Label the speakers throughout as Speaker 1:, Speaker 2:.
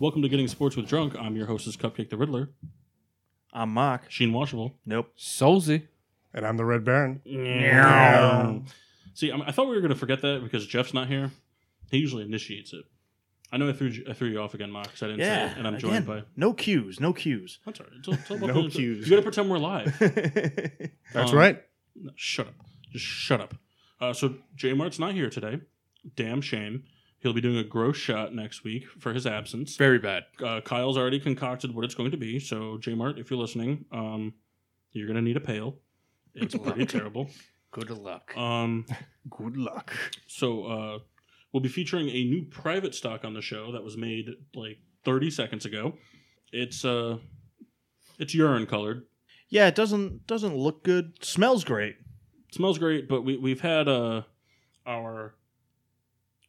Speaker 1: Welcome to Getting Sports with Drunk. I'm your hostess, Cupcake the Riddler,
Speaker 2: I'm Mock.
Speaker 1: Sheen Washable.
Speaker 2: Nope.
Speaker 3: Solzy.
Speaker 4: And I'm the Red Baron.
Speaker 1: See, I, I thought we were going to forget that because Jeff's not here. He usually initiates it. I know I threw you- I threw you off again, Mark, because I didn't say
Speaker 2: Yeah.
Speaker 1: it, and I'm joined by.
Speaker 2: again, no cues. No cues.
Speaker 1: That's all right. It's all, it's all about
Speaker 4: No
Speaker 1: the-
Speaker 4: cues.
Speaker 1: You got to pretend we're live.
Speaker 4: That's
Speaker 2: Uh-huh.
Speaker 1: Um,
Speaker 4: right.
Speaker 1: No, shut up. Just shut up. Uh, so J Mart's not here today. Damn shame. He'll be doing a gross shot next week for his absence.
Speaker 3: Very bad.
Speaker 1: uh, Kyle's already concocted what it's going to be. So, J Mart, if you're listening, um, you're going to need a pail. It's pretty terrible.
Speaker 3: Good luck.
Speaker 1: Um,
Speaker 4: Good luck.
Speaker 1: so, uh, we'll be featuring a new private stock on the show that was made like 30 seconds ago. It's uh, it's urine colored.
Speaker 2: yeah, it doesn't doesn't look good. Smells great.
Speaker 1: smells great, but we we've had uh, our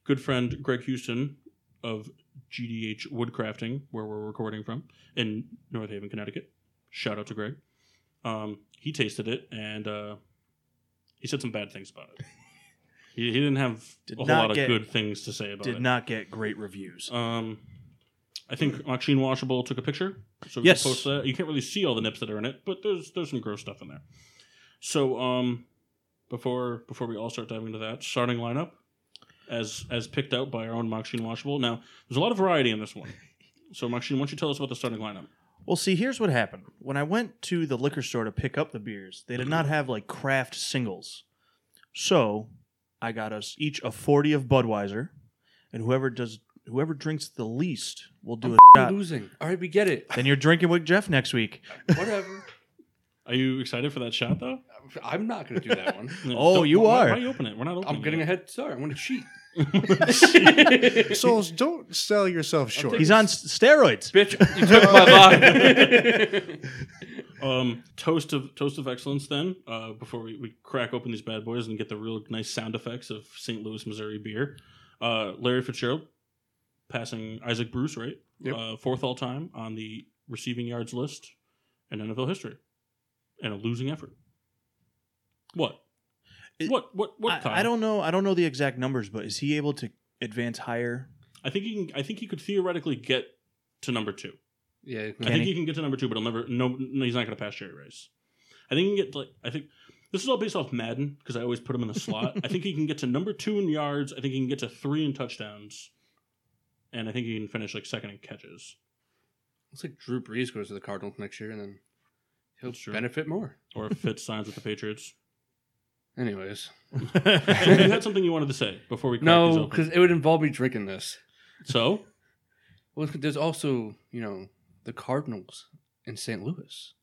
Speaker 1: good friend Greg Houston of GDH Woodcrafting, where we're recording from in North Haven, Connecticut. Shout out to Greg. Um, he tasted it and uh, he said some bad things about it. he, he didn't have
Speaker 2: Did
Speaker 1: a whole
Speaker 2: not
Speaker 1: lot of
Speaker 2: get-
Speaker 1: good things to say about
Speaker 2: Did
Speaker 1: it.
Speaker 2: not get great reviews.
Speaker 1: Um, I think Machine Washable took a picture, so we
Speaker 2: Yes.
Speaker 1: can post that. You can't really see all the nips that are in it, but there's there's some gross stuff in there. So um, before before we all start diving into that starting lineup, as as picked out by our own Machine Washable. Now there's a lot of variety in this one. So Machine, why don't you tell us about the starting lineup?
Speaker 2: Well, see, here's what happened. When I went to the liquor store to pick up the beers, they did not have like craft singles. So I got us each a 40 of Budweiser, and whoever does whoever drinks the least will do a shot.
Speaker 3: losing. All right, we get it.
Speaker 2: Then you're drinking with Jeff next week.
Speaker 3: Whatever.
Speaker 1: Are you excited for that shot though?
Speaker 3: I'm not going to do that one.
Speaker 2: Oh,
Speaker 1: Don't-
Speaker 2: you
Speaker 1: why-
Speaker 2: are.
Speaker 1: Why you open it? We're not opening.
Speaker 3: I'm getting
Speaker 1: it.
Speaker 3: a head start. I'm going to cheat.
Speaker 4: Souls, don't sell yourself short.
Speaker 2: He's on s- steroids.
Speaker 3: Bitch, you took my line.
Speaker 1: Um, toast of toast of excellence. Then, uh, before we, we crack open these bad boys and get the real nice sound effects of St. Louis, Missouri beer, uh, Larry Fitzgerald passing Isaac Bruce, right,
Speaker 3: Yep.
Speaker 1: uh, fourth all time on the receiving yards list in NFL history, and a losing effort. What?
Speaker 2: It-
Speaker 1: what? What? What? Kyle?
Speaker 2: I, I don't know. I don't know the exact numbers, but is he able to advance higher?
Speaker 1: I think he can. I think he could theoretically get to number two.
Speaker 3: yeah,
Speaker 1: I
Speaker 2: Can
Speaker 1: think
Speaker 2: he?
Speaker 1: he can get to number two, but he'll never. No, no he's not going to pass Jerry Rice. I think he can get like. I think this is all based off Madden because I always put him in the slot. I think he can get to number two in yards. I think he can get to three in touchdowns, and I think he can finish like second in catches.
Speaker 3: it's like Drew Brees goes to the Cardinals next year, and then he'll
Speaker 1: That's true.
Speaker 3: benefit more.
Speaker 1: Or if Fitz signs with the Patriots.
Speaker 3: Anyways,
Speaker 1: you had something you wanted to say before we crack these
Speaker 3: no,
Speaker 1: open.
Speaker 3: because it would involve me drinking this.
Speaker 1: so
Speaker 3: Well, there's also you know the Cardinals in St. Louis.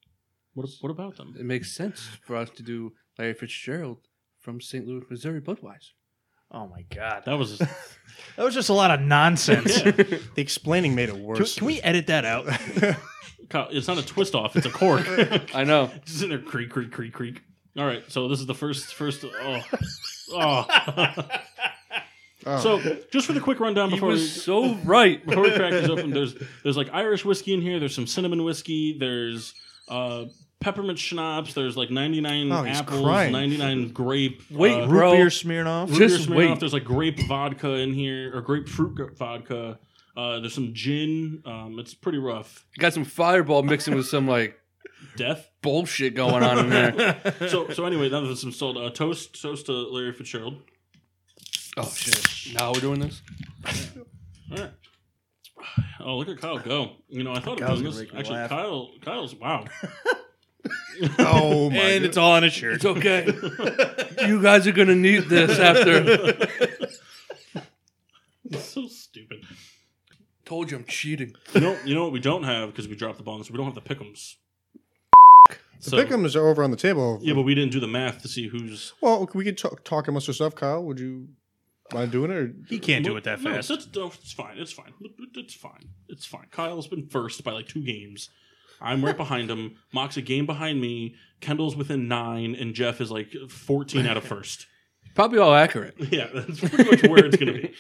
Speaker 1: what? What about them?
Speaker 3: It makes sense for us to do Larry Fitzgerald from St. Louis, Missouri, Budweiser.
Speaker 2: Oh my god,
Speaker 1: That was
Speaker 2: that was just a lot of nonsense.
Speaker 1: yeah.
Speaker 4: The explaining made it
Speaker 2: Can,
Speaker 4: worse.
Speaker 2: can we edit that out?
Speaker 1: Kyle, it's not a twist off; it's a cork.
Speaker 3: I know.
Speaker 1: Just in there, creak, creak, creak, creak. All right, so this is the first, first. Oh, oh.
Speaker 4: Oh.
Speaker 1: So, just for the quick rundown
Speaker 3: He
Speaker 1: before we,
Speaker 3: was so right.
Speaker 1: before we crack these open, there's there's like Irish whiskey in here. There's some cinnamon whiskey. There's uh, peppermint schnapps. There's like 99
Speaker 4: Oh, he's
Speaker 1: apples,
Speaker 4: crying.
Speaker 1: 99 grape.
Speaker 3: Wait,
Speaker 1: uh,
Speaker 2: Root
Speaker 3: Bro.
Speaker 2: beer Smirnoff.
Speaker 1: root beer
Speaker 3: just
Speaker 1: Smirnoff.
Speaker 3: wait.
Speaker 1: There's like grape vodka in here, or grapefruit g- vodka. Uh, there's some gin. Um, it's pretty rough.
Speaker 3: Got some fireball mixing with some like
Speaker 1: Death.
Speaker 3: bullshit going on in there.
Speaker 1: So so anyway, now there's some salt. Uh, toast toast to Larry Fitzgerald.
Speaker 3: Oh shit! Now we're doing this.
Speaker 1: All right. Oh, look at Kyle go. You know, I thought
Speaker 2: Kyle's
Speaker 1: of doing
Speaker 2: gonna
Speaker 1: this.
Speaker 2: make me
Speaker 1: Actually,
Speaker 2: laugh.
Speaker 1: Kyle, Kyle's wow.
Speaker 4: oh my
Speaker 2: And
Speaker 4: God.
Speaker 2: it's all on a shirt.
Speaker 3: It's okay. you guys are gonna need this after.
Speaker 1: so stupid.
Speaker 3: Told you I'm cheating.
Speaker 1: You know, you know what we don't have because we dropped the ball. on this, We don't have the pickums.
Speaker 4: the
Speaker 1: So-
Speaker 4: pickums are over on the table.
Speaker 1: Yeah, but we didn't do the math to see who's.
Speaker 4: Well, we could talk, talk amongst ourselves, Kyle. Would you mind doing it? Or...
Speaker 2: He can't do it that
Speaker 1: No,
Speaker 2: fast.
Speaker 1: it's, no, it's fine. It's fine. It's fine. It's fine. Kyle's been first by like two games. I'm right behind him. Mock's a game behind me. Kendall's within nine, and Jeff is like 14 out of first.
Speaker 3: Probably all accurate.
Speaker 1: Yeah, that's pretty much where it's going to be.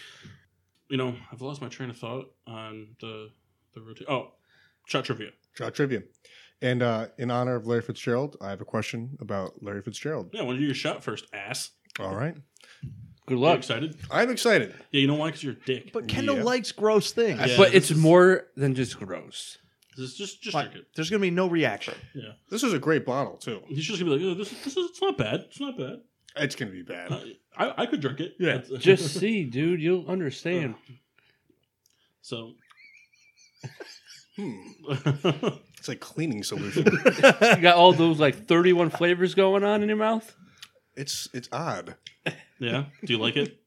Speaker 1: You know, I've lost my train of thought on the the routine. Oh, shot trivia.
Speaker 4: Draw trivia. And uh, in honor of Larry Fitzgerald, I have a question about Larry Fitzgerald.
Speaker 1: Yeah, want to do your shot first, ass.
Speaker 4: All right.
Speaker 1: Are
Speaker 3: Good
Speaker 1: you
Speaker 3: luck.
Speaker 1: excited?
Speaker 4: I'm excited.
Speaker 1: Yeah, you know why? Because you're a dick.
Speaker 2: But Kendall
Speaker 4: Yeah.
Speaker 2: likes gross things.
Speaker 1: Yeah.
Speaker 3: but it's
Speaker 1: this is-
Speaker 3: more than just gross.
Speaker 1: Just, just, just
Speaker 2: Like,
Speaker 1: drink it.
Speaker 2: there's gonna be no reaction.
Speaker 4: This is a great bottle too.
Speaker 1: He's just gonna be like, oh, this, this is, it's not bad. It's not bad.
Speaker 4: It's gonna be bad.
Speaker 1: Uh, I, I could drink it.
Speaker 2: Yeah.
Speaker 1: It's-
Speaker 3: Just see, dude. You'll understand.
Speaker 1: so.
Speaker 4: Hmm.
Speaker 1: I
Speaker 4: It's like cleaning solution.
Speaker 3: You got all those like 31 flavors going on in your mouth.
Speaker 4: it's it's odd.
Speaker 1: yeah. Do you like it?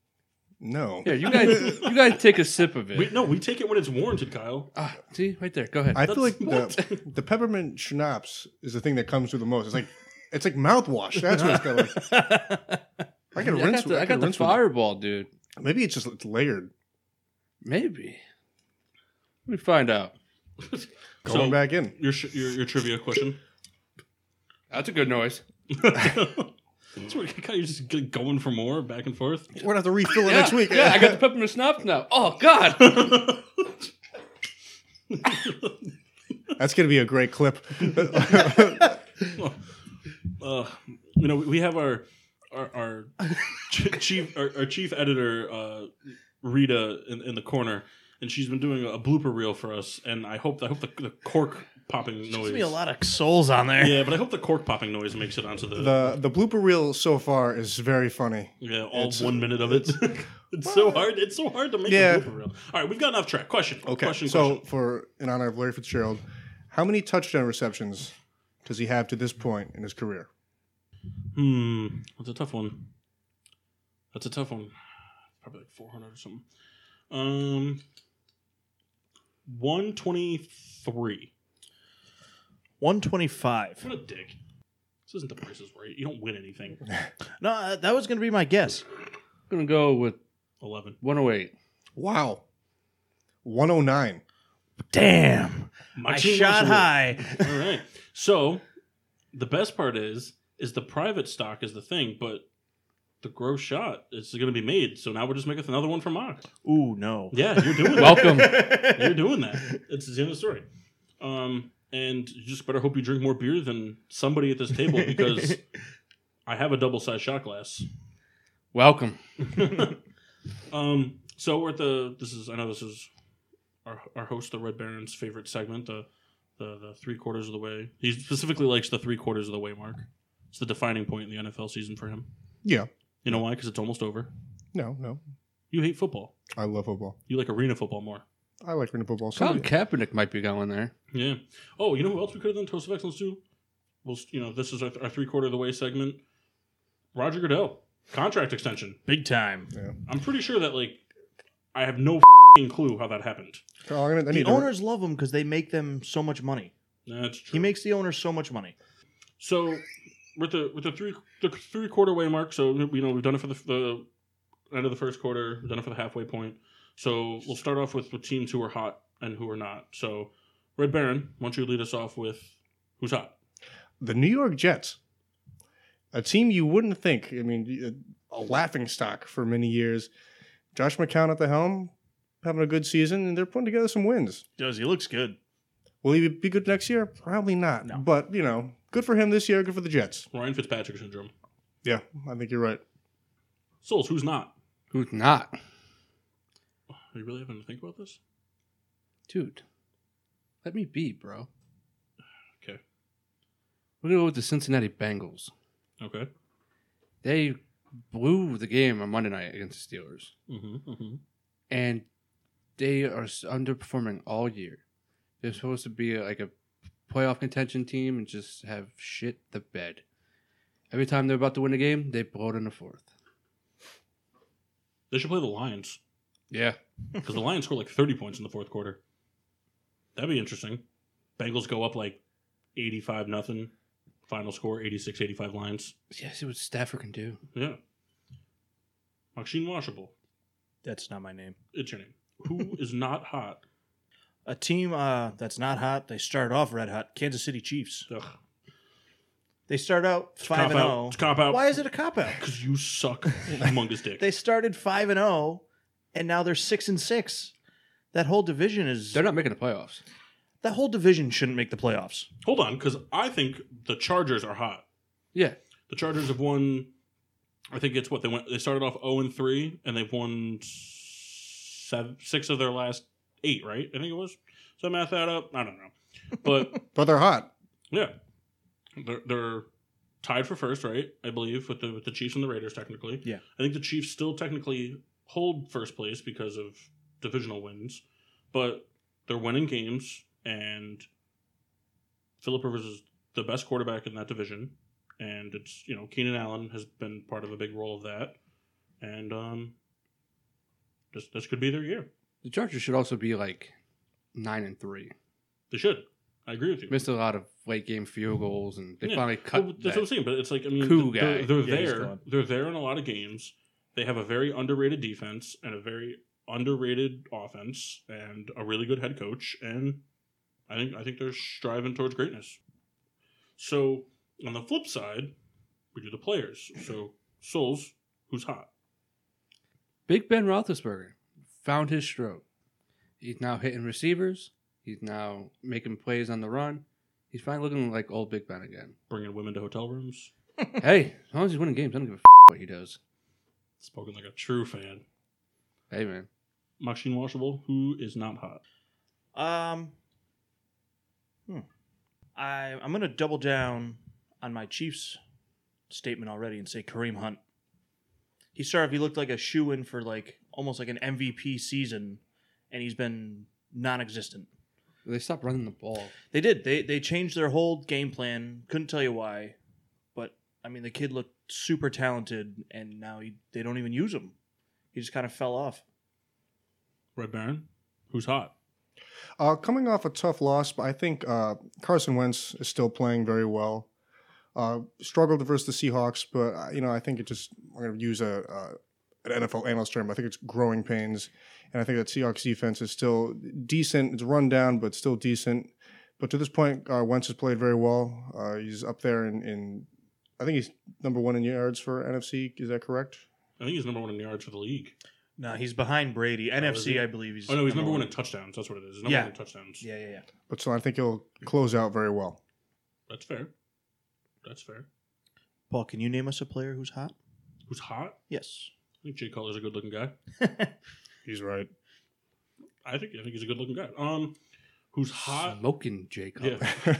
Speaker 4: No.
Speaker 3: Yeah, you guys, you guys take a sip of
Speaker 1: We,
Speaker 3: it.
Speaker 1: no, we take it when it's warranted, Kyle.
Speaker 3: Ah, see, right there. Go ahead.
Speaker 4: I feel like
Speaker 1: That's-
Speaker 4: the, the peppermint schnapps is the thing that comes through the most. It's like it's like mouthwash. That's what it's got. Like. I can
Speaker 3: I
Speaker 4: rinse.
Speaker 3: got
Speaker 4: with-
Speaker 3: the, I got
Speaker 4: can
Speaker 3: the
Speaker 4: rinse with it.
Speaker 3: fireball, dude.
Speaker 4: Maybe it's just it's layered.
Speaker 3: Maybe. We find out.
Speaker 4: Going
Speaker 1: So-
Speaker 4: back in.
Speaker 1: Your, sh- your your trivia question.
Speaker 3: That's a good noise.
Speaker 1: That's what Kyle, you're just g- going for more back and forth.
Speaker 4: We're gonna have to refill it
Speaker 3: Yeah,
Speaker 4: next week.
Speaker 3: yeah, I got the peppermint schnapps now. Oh God!
Speaker 1: Uh,
Speaker 4: That's gonna be a great clip.
Speaker 1: uh, you know, we- we have our our, our ch- chief our, our chief editor uh, Rita in, in the corner, and she's been doing a blooper reel for us. And I hope I hope the, the cork popping
Speaker 2: There's
Speaker 1: noise.
Speaker 2: gonna be a lot of souls on there.
Speaker 1: Yeah, but I hope the cork popping noise makes it onto the,
Speaker 4: the the blooper reel so far is very funny.
Speaker 1: yeah all
Speaker 4: it's-
Speaker 1: one minute of it. it's so hard. It's so hard to make
Speaker 4: Yeah.
Speaker 1: a blooper reel. All right, we've gotten off track. Question.
Speaker 4: Okay.
Speaker 1: Question.
Speaker 4: so
Speaker 1: question.
Speaker 4: for in honor of Larry Fitzgerald, how many touchdown receptions does he have to this point in his career?
Speaker 1: Hmm, that's a tough one. That's a tough one. Probably like 400 or something. Um, 123.
Speaker 2: 125.
Speaker 1: What a dick. This isn't the Price is Right. You don't win anything.
Speaker 2: No, uh, that was gonna be my guess.
Speaker 3: I'm gonna go with
Speaker 1: 11.
Speaker 3: 108.
Speaker 4: Wow. 109.
Speaker 2: Damn, I
Speaker 1: Martin
Speaker 2: shot
Speaker 1: Russell.
Speaker 2: high.
Speaker 1: All right. So, the best part is, is the private stock is the thing, but the gross shot is going to be made. So now we're just making another one for Mock.
Speaker 2: Ooh no.
Speaker 1: Yeah, you're doing it.
Speaker 3: Welcome.
Speaker 1: You're doing that. It's the end of the story. Um, and you just better hope you drink more beer than somebody at this table because I have a double sized shot glass.
Speaker 3: Welcome.
Speaker 1: um, so we're at the. This is. I know this is our, our host, the Red Baron's favorite segment. The the, the three quarters of the way. He specifically likes the three quarters of the way mark. It's the defining point in the NFL season for him.
Speaker 4: Yeah.
Speaker 1: You know why? Because it's almost over.
Speaker 4: No, no.
Speaker 1: You hate football.
Speaker 4: I love football.
Speaker 1: You like arena football more.
Speaker 4: I like running football.
Speaker 3: Colin
Speaker 4: Somebody,
Speaker 3: Kaepernick might be going there.
Speaker 1: Yeah. Oh, you know who else we could have done toast of excellence to? Well, s- you know, this is our, our three quarter of the way segment. Roger Goodell contract extension.
Speaker 2: Big time.
Speaker 1: I'm pretty sure that like I have no fing clue how that happened.
Speaker 4: Oh, I'm gonna- I
Speaker 2: The
Speaker 4: need to-
Speaker 2: owners love him because they make them so much money.
Speaker 1: That's true.
Speaker 2: He makes the owners so much money.
Speaker 1: so with the with the three the three quarter way mark. So you know we've done it for the, the end of the first quarter. We've done it for the halfway point. So we'll start off with the teams who are hot and who are not. So Red Baron, why don't you lead us off with who's hot?
Speaker 4: the New York Jets, a team you wouldn't think. I mean, uh, a laughing stock for many years. Josh McCown at the helm, having a good season, and they're putting together some wins.
Speaker 2: Does he looks good?
Speaker 4: Will he be good next year? Probably not.
Speaker 2: No.
Speaker 4: But you know, good for him this year. Good for the Jets.
Speaker 1: Ryan Fitzpatrick syndrome.
Speaker 4: Yeah, I think you're right.
Speaker 1: Souls, who's not?
Speaker 3: Who's not,
Speaker 1: Are you really having to think about this?
Speaker 3: dude? Let me be, bro.
Speaker 1: Okay.
Speaker 3: We're gonna go with the Cincinnati Bengals.
Speaker 1: Okay.
Speaker 3: They blew the game on Monday night against the Steelers.
Speaker 1: Mm-hmm, mm-hmm.
Speaker 3: and they are s- underperforming all year. They're supposed to be like a playoff contention team and just have shit the bed. Every time they're about to win a game, they blow it in the fourth.
Speaker 1: They should play the Lions
Speaker 3: Yeah,
Speaker 1: because the Lions score like 30 points in the fourth quarter. That'd be interesting. Bengals go up like 85 nothing. Final score 86 85 Lions.
Speaker 3: yeah. See what Stafford can do.
Speaker 1: Yeah. Machine Washable.
Speaker 2: That's not my name.
Speaker 1: It's your name. Who is not hot?
Speaker 2: A team uh, that's not hot. They start off red hot. Kansas City Chiefs.
Speaker 1: Ugh.
Speaker 2: They start out five
Speaker 1: Cop
Speaker 2: and
Speaker 1: out.
Speaker 2: zero.
Speaker 1: It's cop out.
Speaker 2: Why is it a cop out?
Speaker 1: Because you suck humongous dick.
Speaker 2: They started five and zero, and now they're six and six. That whole division is
Speaker 3: They're not making the playoffs.
Speaker 2: that whole division shouldn't make the playoffs.
Speaker 1: Hold on, because I think the Chargers are hot.
Speaker 3: Yeah,
Speaker 1: The Chargers have won I think it's what they went. They started off zero and three, and they've won seven, six of their last eight. Right? I think it was. So math that up. I don't know, but
Speaker 4: But they're hot.
Speaker 1: yeah, they're they're tied for first, right? I believe with the with the Chiefs and the Raiders technically.
Speaker 2: Yeah.
Speaker 1: I think the Chiefs still technically hold first place because of divisional wins, but they're winning games, and Philip Rivers is the best quarterback in that division, and it's you know Keenan Allen has been part of a big role of that, and um, this this could be their year.
Speaker 3: The Chargers should also be like nine and three.
Speaker 1: They should. I agree with you.
Speaker 3: Missed a lot of late game field goals, and they
Speaker 1: Yeah.
Speaker 3: finally cut
Speaker 1: Well, that's
Speaker 3: that.
Speaker 1: what I'm saying. But it's like I mean,
Speaker 3: coup
Speaker 1: th- they're,
Speaker 3: guy.
Speaker 1: they're
Speaker 2: Yeah, he's
Speaker 1: there.
Speaker 2: gone.
Speaker 1: They're there in a lot of games. They have a very underrated defense and a very underrated offense and a really good head coach. And I think I think they're striving towards greatness. So on the flip side, we do the players. So Souls, who's hot?
Speaker 3: Big Ben Roethlisberger found his stroke. He's now hitting receivers. He's now making plays on the run. He's finally looking like old Big Ben again.
Speaker 1: Bringing women to hotel rooms.
Speaker 3: hey, as long as he's winning games, I don't give a f- what he does.
Speaker 1: Spoken like a true fan.
Speaker 3: Hey, man.
Speaker 1: Machine Washable, who is not hot?
Speaker 2: Um, hmm. I I'm gonna double down on my Chiefs statement already and say Kareem Hunt. He started. He looked like a shoe in for like almost like an MVP season, and he's been non-existent.
Speaker 3: They stopped running the ball.
Speaker 2: They did. They they changed their whole game plan. Couldn't tell you why, but I mean the kid looked super talented, and now he, they don't even use him. He just kind of fell off.
Speaker 1: Red Baron, who's hot?
Speaker 4: Uh, coming off a tough loss, but I think uh, Carson Wentz is still playing very well. Uh, struggled versus the Seahawks, but uh, you know I think it just I'm going to use a uh, an NFL analyst term. I think it's growing pains, and I think that Seahawks defense is still decent. It's run down, but still decent. But to this point, uh, Wentz has played very well. Uh, he's up there in, in I think he's number one in yards for NFC. Is that correct?
Speaker 1: I think he's number one in yards for the league.
Speaker 2: No, he's behind Brady.
Speaker 1: is he?
Speaker 2: NFC, I believe he's.
Speaker 1: Oh no, he's number one in touchdowns. That's what it is. He's number
Speaker 2: Yeah.
Speaker 1: one in touchdowns.
Speaker 2: Yeah, yeah, yeah.
Speaker 4: But so I think he'll close out very well.
Speaker 1: That's fair. That's fair.
Speaker 2: Paul, can you name us a player who's hot?
Speaker 1: Who's hot?
Speaker 2: Yes.
Speaker 1: I think Jay Cutler's a good looking guy.
Speaker 4: He's right.
Speaker 1: I think I think he's a good looking guy. Um, who's hot?
Speaker 3: Smoking Jay Cutler.
Speaker 1: Yeah.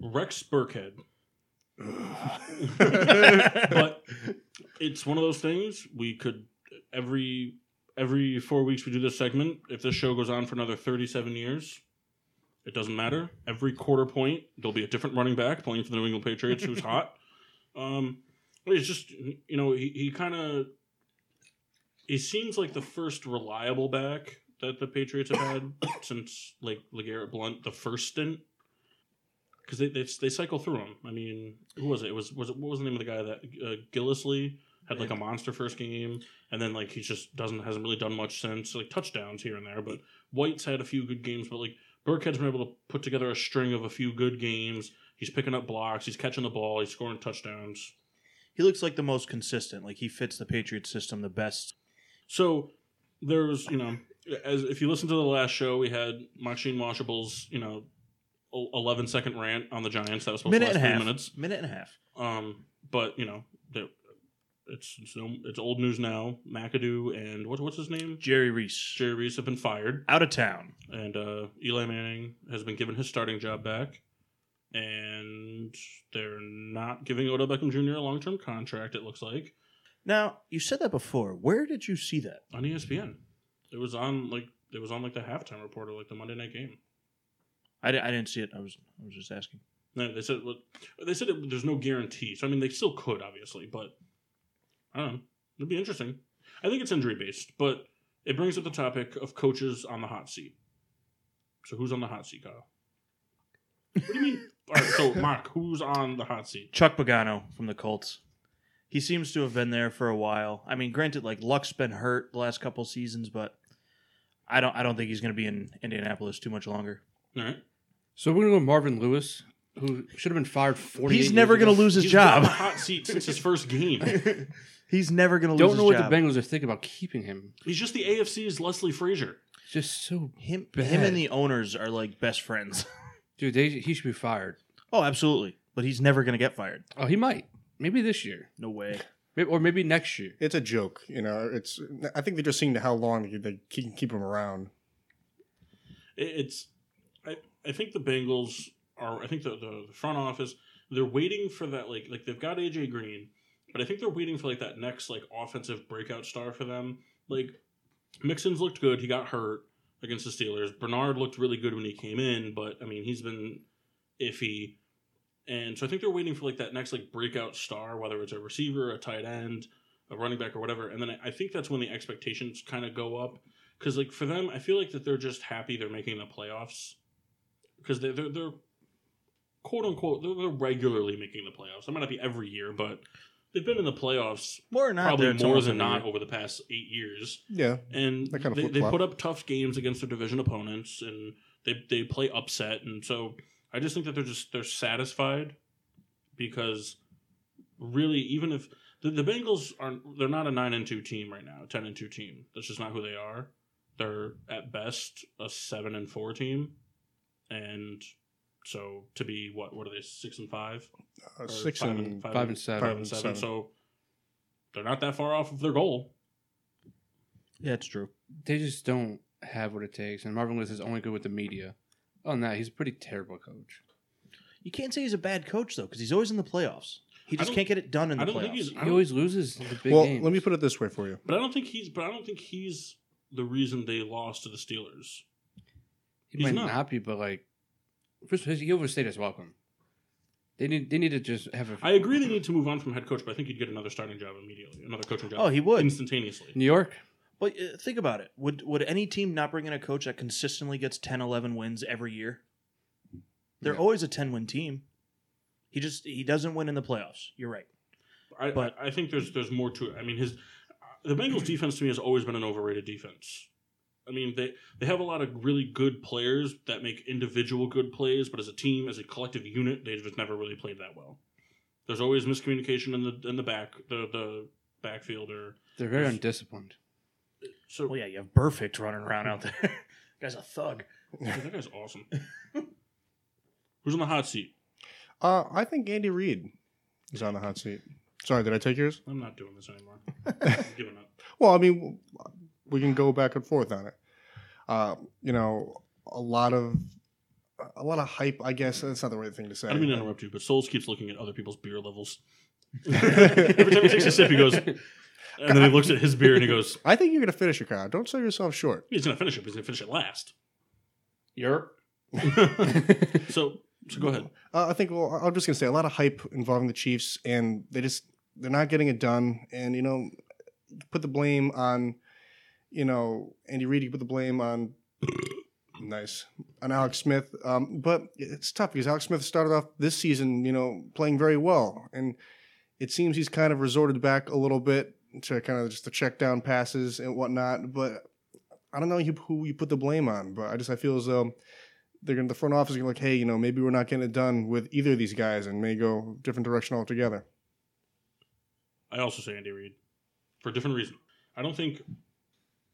Speaker 1: Rex Burkhead.
Speaker 2: But-
Speaker 1: But it's one of those things we could every every four weeks we do this segment. If this show goes on for another thirty seven years, it doesn't matter. Every quarter point there'll be a different running back playing for the New England Patriots who's hot. Um, it's just you know he, he kind of he seems like the first reliable back that the Patriots have had since like Legarrette Blunt the first stint because they, they they cycle through them. I mean, who was it? It was was it, what was the name of the guy that uh, Gillisley had like a monster first game, and then like he just doesn't hasn't really done much since like touchdowns here and there. But White's had a few good games, but like Burkhead's been able to put together a string of a few good games. He's picking up blocks. He's catching the ball. He's scoring touchdowns.
Speaker 2: he looks like the most consistent. Like he fits the Patriots system the best.
Speaker 1: So there's, you know, as if you listen to the last show, we had Machine Washable's, you know, el- 11 second rant on the Giants. That was supposed
Speaker 2: Minute
Speaker 1: to
Speaker 2: and a
Speaker 1: last
Speaker 2: half.
Speaker 1: three minutes.
Speaker 2: Minute and a half.
Speaker 1: Um, but you know, there- it's it's, no, it's old news now. McAdoo and what, what's his name?
Speaker 2: Jerry Reese
Speaker 1: Jerry Reese have been fired,
Speaker 2: out of town.
Speaker 1: and uh, Eli Manning has been given his starting job back. And they're not giving Odell Beckham Jr. a long term contract. It looks like.
Speaker 2: Now you said that before. Where did you see that?
Speaker 1: on E ESPN. It was on like it was on like the halftime report or like the Monday night game.
Speaker 2: I, di- I didn't see it. I was I was just asking.
Speaker 1: No, they said well, they said it, there's no guarantee. So I mean, they still could obviously, but I don't know. It'd be interesting. I think it's injury based, but it brings up the topic of coaches on the hot seat. So who's on the hot seat, Kyle? What do you mean? All right, so Mark, who's on the hot seat?
Speaker 2: Chuck Pagano from the Colts. He seems to have been there for a while. I mean, granted, like Luck's been hurt the last couple seasons, but I don't I don't think he's going to be in Indianapolis too much longer.
Speaker 1: All right,
Speaker 3: So we're going to go Marvin Lewis, who should have been fired 40
Speaker 2: He's never going to lose his
Speaker 1: He's been on
Speaker 2: job.
Speaker 1: the hot seat since his first game.
Speaker 2: He's never going to lose
Speaker 3: Don't know
Speaker 2: his
Speaker 3: what
Speaker 2: job.
Speaker 3: the Bengals are thinking about keeping him.
Speaker 1: He's just the AFC's Leslie Frazier.
Speaker 3: It's just so.
Speaker 2: him,
Speaker 3: Bad.
Speaker 2: him and the owners are like best friends.
Speaker 3: Dude, they, he should be fired.
Speaker 2: oh, absolutely. But he's never going to get fired.
Speaker 3: Oh, he might. Maybe this year.
Speaker 2: No way.
Speaker 3: Maybe, or maybe next year.
Speaker 4: It's a joke, you know. It's I think they're just seeing how long they can keep, keep him around.
Speaker 1: It- It's, I, I think the Bengals are. I think the, the the front office they're waiting for that like like they've got AJ Green, but I think they're waiting for like that next like offensive breakout star for them. Like Mixon's looked good. He got hurt against the Steelers. Bernard looked really good when he came in, but I mean he's been iffy. And so I think they're waiting for like that next like breakout star, whether it's a receiver, a tight end, a running back, or whatever. And then I- I think that's when the expectations kind of go up because like for them, I feel like that they're just happy they're making the playoffs because they're, they're they're quote unquote they're, they're regularly making the playoffs. They might not be every year, but they've been in the playoffs
Speaker 2: More or not,
Speaker 1: probably
Speaker 2: there, it's
Speaker 1: more
Speaker 2: almost
Speaker 1: than
Speaker 2: every year.
Speaker 1: not over the past eight years
Speaker 4: Yeah,
Speaker 1: and
Speaker 4: They kinda
Speaker 1: they, they
Speaker 4: flip-flop.
Speaker 1: put up tough games against their division opponents and they, they play upset and so i just think that they're just they're satisfied because really even if the, the bengals aren't they're not a 9 and 2 team right now 10 and 2 team that's just not who they are they're at best a 7 and 4 team and so to be what what are they 6 and 5
Speaker 4: uh,
Speaker 1: Or
Speaker 4: six
Speaker 1: five
Speaker 4: and
Speaker 1: five
Speaker 3: Five and seven.
Speaker 1: five and seven so they're not that far off of their goal
Speaker 2: Yeah, it's true.
Speaker 3: They just don't have what it takes. And Marvin Lewis is only good with the media. On that, he's a pretty terrible coach.
Speaker 2: You can't say he's a bad coach though, because he's always in the playoffs. He
Speaker 1: I
Speaker 2: just
Speaker 1: don't-
Speaker 2: can't get it done in the
Speaker 1: i
Speaker 2: playoffs.
Speaker 1: don't think he's I
Speaker 3: He
Speaker 1: don't-
Speaker 3: always loses the big
Speaker 4: well,
Speaker 3: games.
Speaker 4: let me put it this way for you.
Speaker 1: But I don't think he's. But I don't think he's the reason they lost to the Steelers.
Speaker 3: He
Speaker 1: He's
Speaker 3: might
Speaker 1: not.
Speaker 3: not. be, but like, first he overstayed his welcome. They need they need to just have a.
Speaker 1: I agree they need to move on from head coach, but I think he'd get another starting job immediately, another coaching job.
Speaker 2: Oh, he would.
Speaker 1: instantaneously.
Speaker 3: New York.
Speaker 2: But uh, think about it. Would would any team not bring in a coach that consistently gets 10, 11 wins every year? They're
Speaker 3: Yeah.
Speaker 2: always a 10 win team. He just he doesn't win in the playoffs. You're right.
Speaker 1: I,
Speaker 2: But-
Speaker 1: I, I think there's there's more to it. I mean, his the Bengals defense to me has always been an overrated defense. I mean, they they have a lot of really good players that make individual good plays, but as a team, as a collective unit, they've just never really played that well. There's always miscommunication in the in the back the the backfield or
Speaker 3: They're very
Speaker 1: Yes.
Speaker 3: undisciplined.
Speaker 1: so.
Speaker 2: Well, yeah, you have perfect running around out there. Guy's a thug.
Speaker 1: Dude, that guy's awesome. Who's on the hot seat?
Speaker 4: Uh, I think Andy Reid is on the hot seat. Sorry, did I take yours?
Speaker 1: I'm not doing this anymore. I'm giving up.
Speaker 4: Well, I mean, we can go back and forth on it. Uh, you know, a lot of a lot of hype. I guess that's not the right thing to say.
Speaker 1: I don't mean to interrupt you, but Souls keeps looking at other people's beer levels. Every time he takes a sip, he goes, and then he looks at his beer and he goes,
Speaker 4: I think you're gonna finish your car. Don't sell yourself short.
Speaker 1: "He's gonna finish it. but He's gonna finish it last."
Speaker 3: Europe.
Speaker 1: So, so go ahead.
Speaker 4: Uh, I think. Well, I'm just gonna say a lot of hype involving the Chiefs, and they just they're not getting it done. And you know, put the blame on you know Andy Reid. You put the blame on nice on Alex Smith. Um, but it's tough because Alex Smith started off this season, you know, playing very well, and it seems he's kind of resorted back a little bit to kind of just the check down passes and whatnot. But I don't know who- who you put the blame on, but I just I feel as though they're gonna the front office is gonna like, hey, you know, maybe we're not getting it done with either of these guys and may go different direction altogether.
Speaker 1: I also say Andy Reid for a different reason. I don't think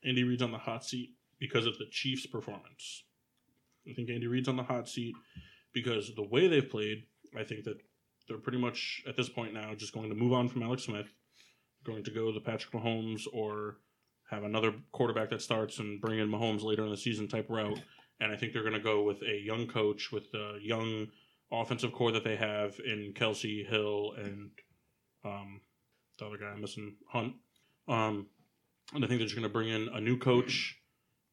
Speaker 1: Andy Reid's on the hot seat because of the Chiefs' performance. I think Andy Reid's on the hot seat because the way they've played, I think that they're pretty much at this point now just going to move on from Alex Smith, going to go to Patrick Mahomes or have another quarterback that starts and bring in Mahomes later in the season type route. And I think they're going to go with a young coach with the young offensive core that they have in Kelsey, Hill, and um, the other guy I'm missing, Hunt. Um, and I think they're just going to bring in a new coach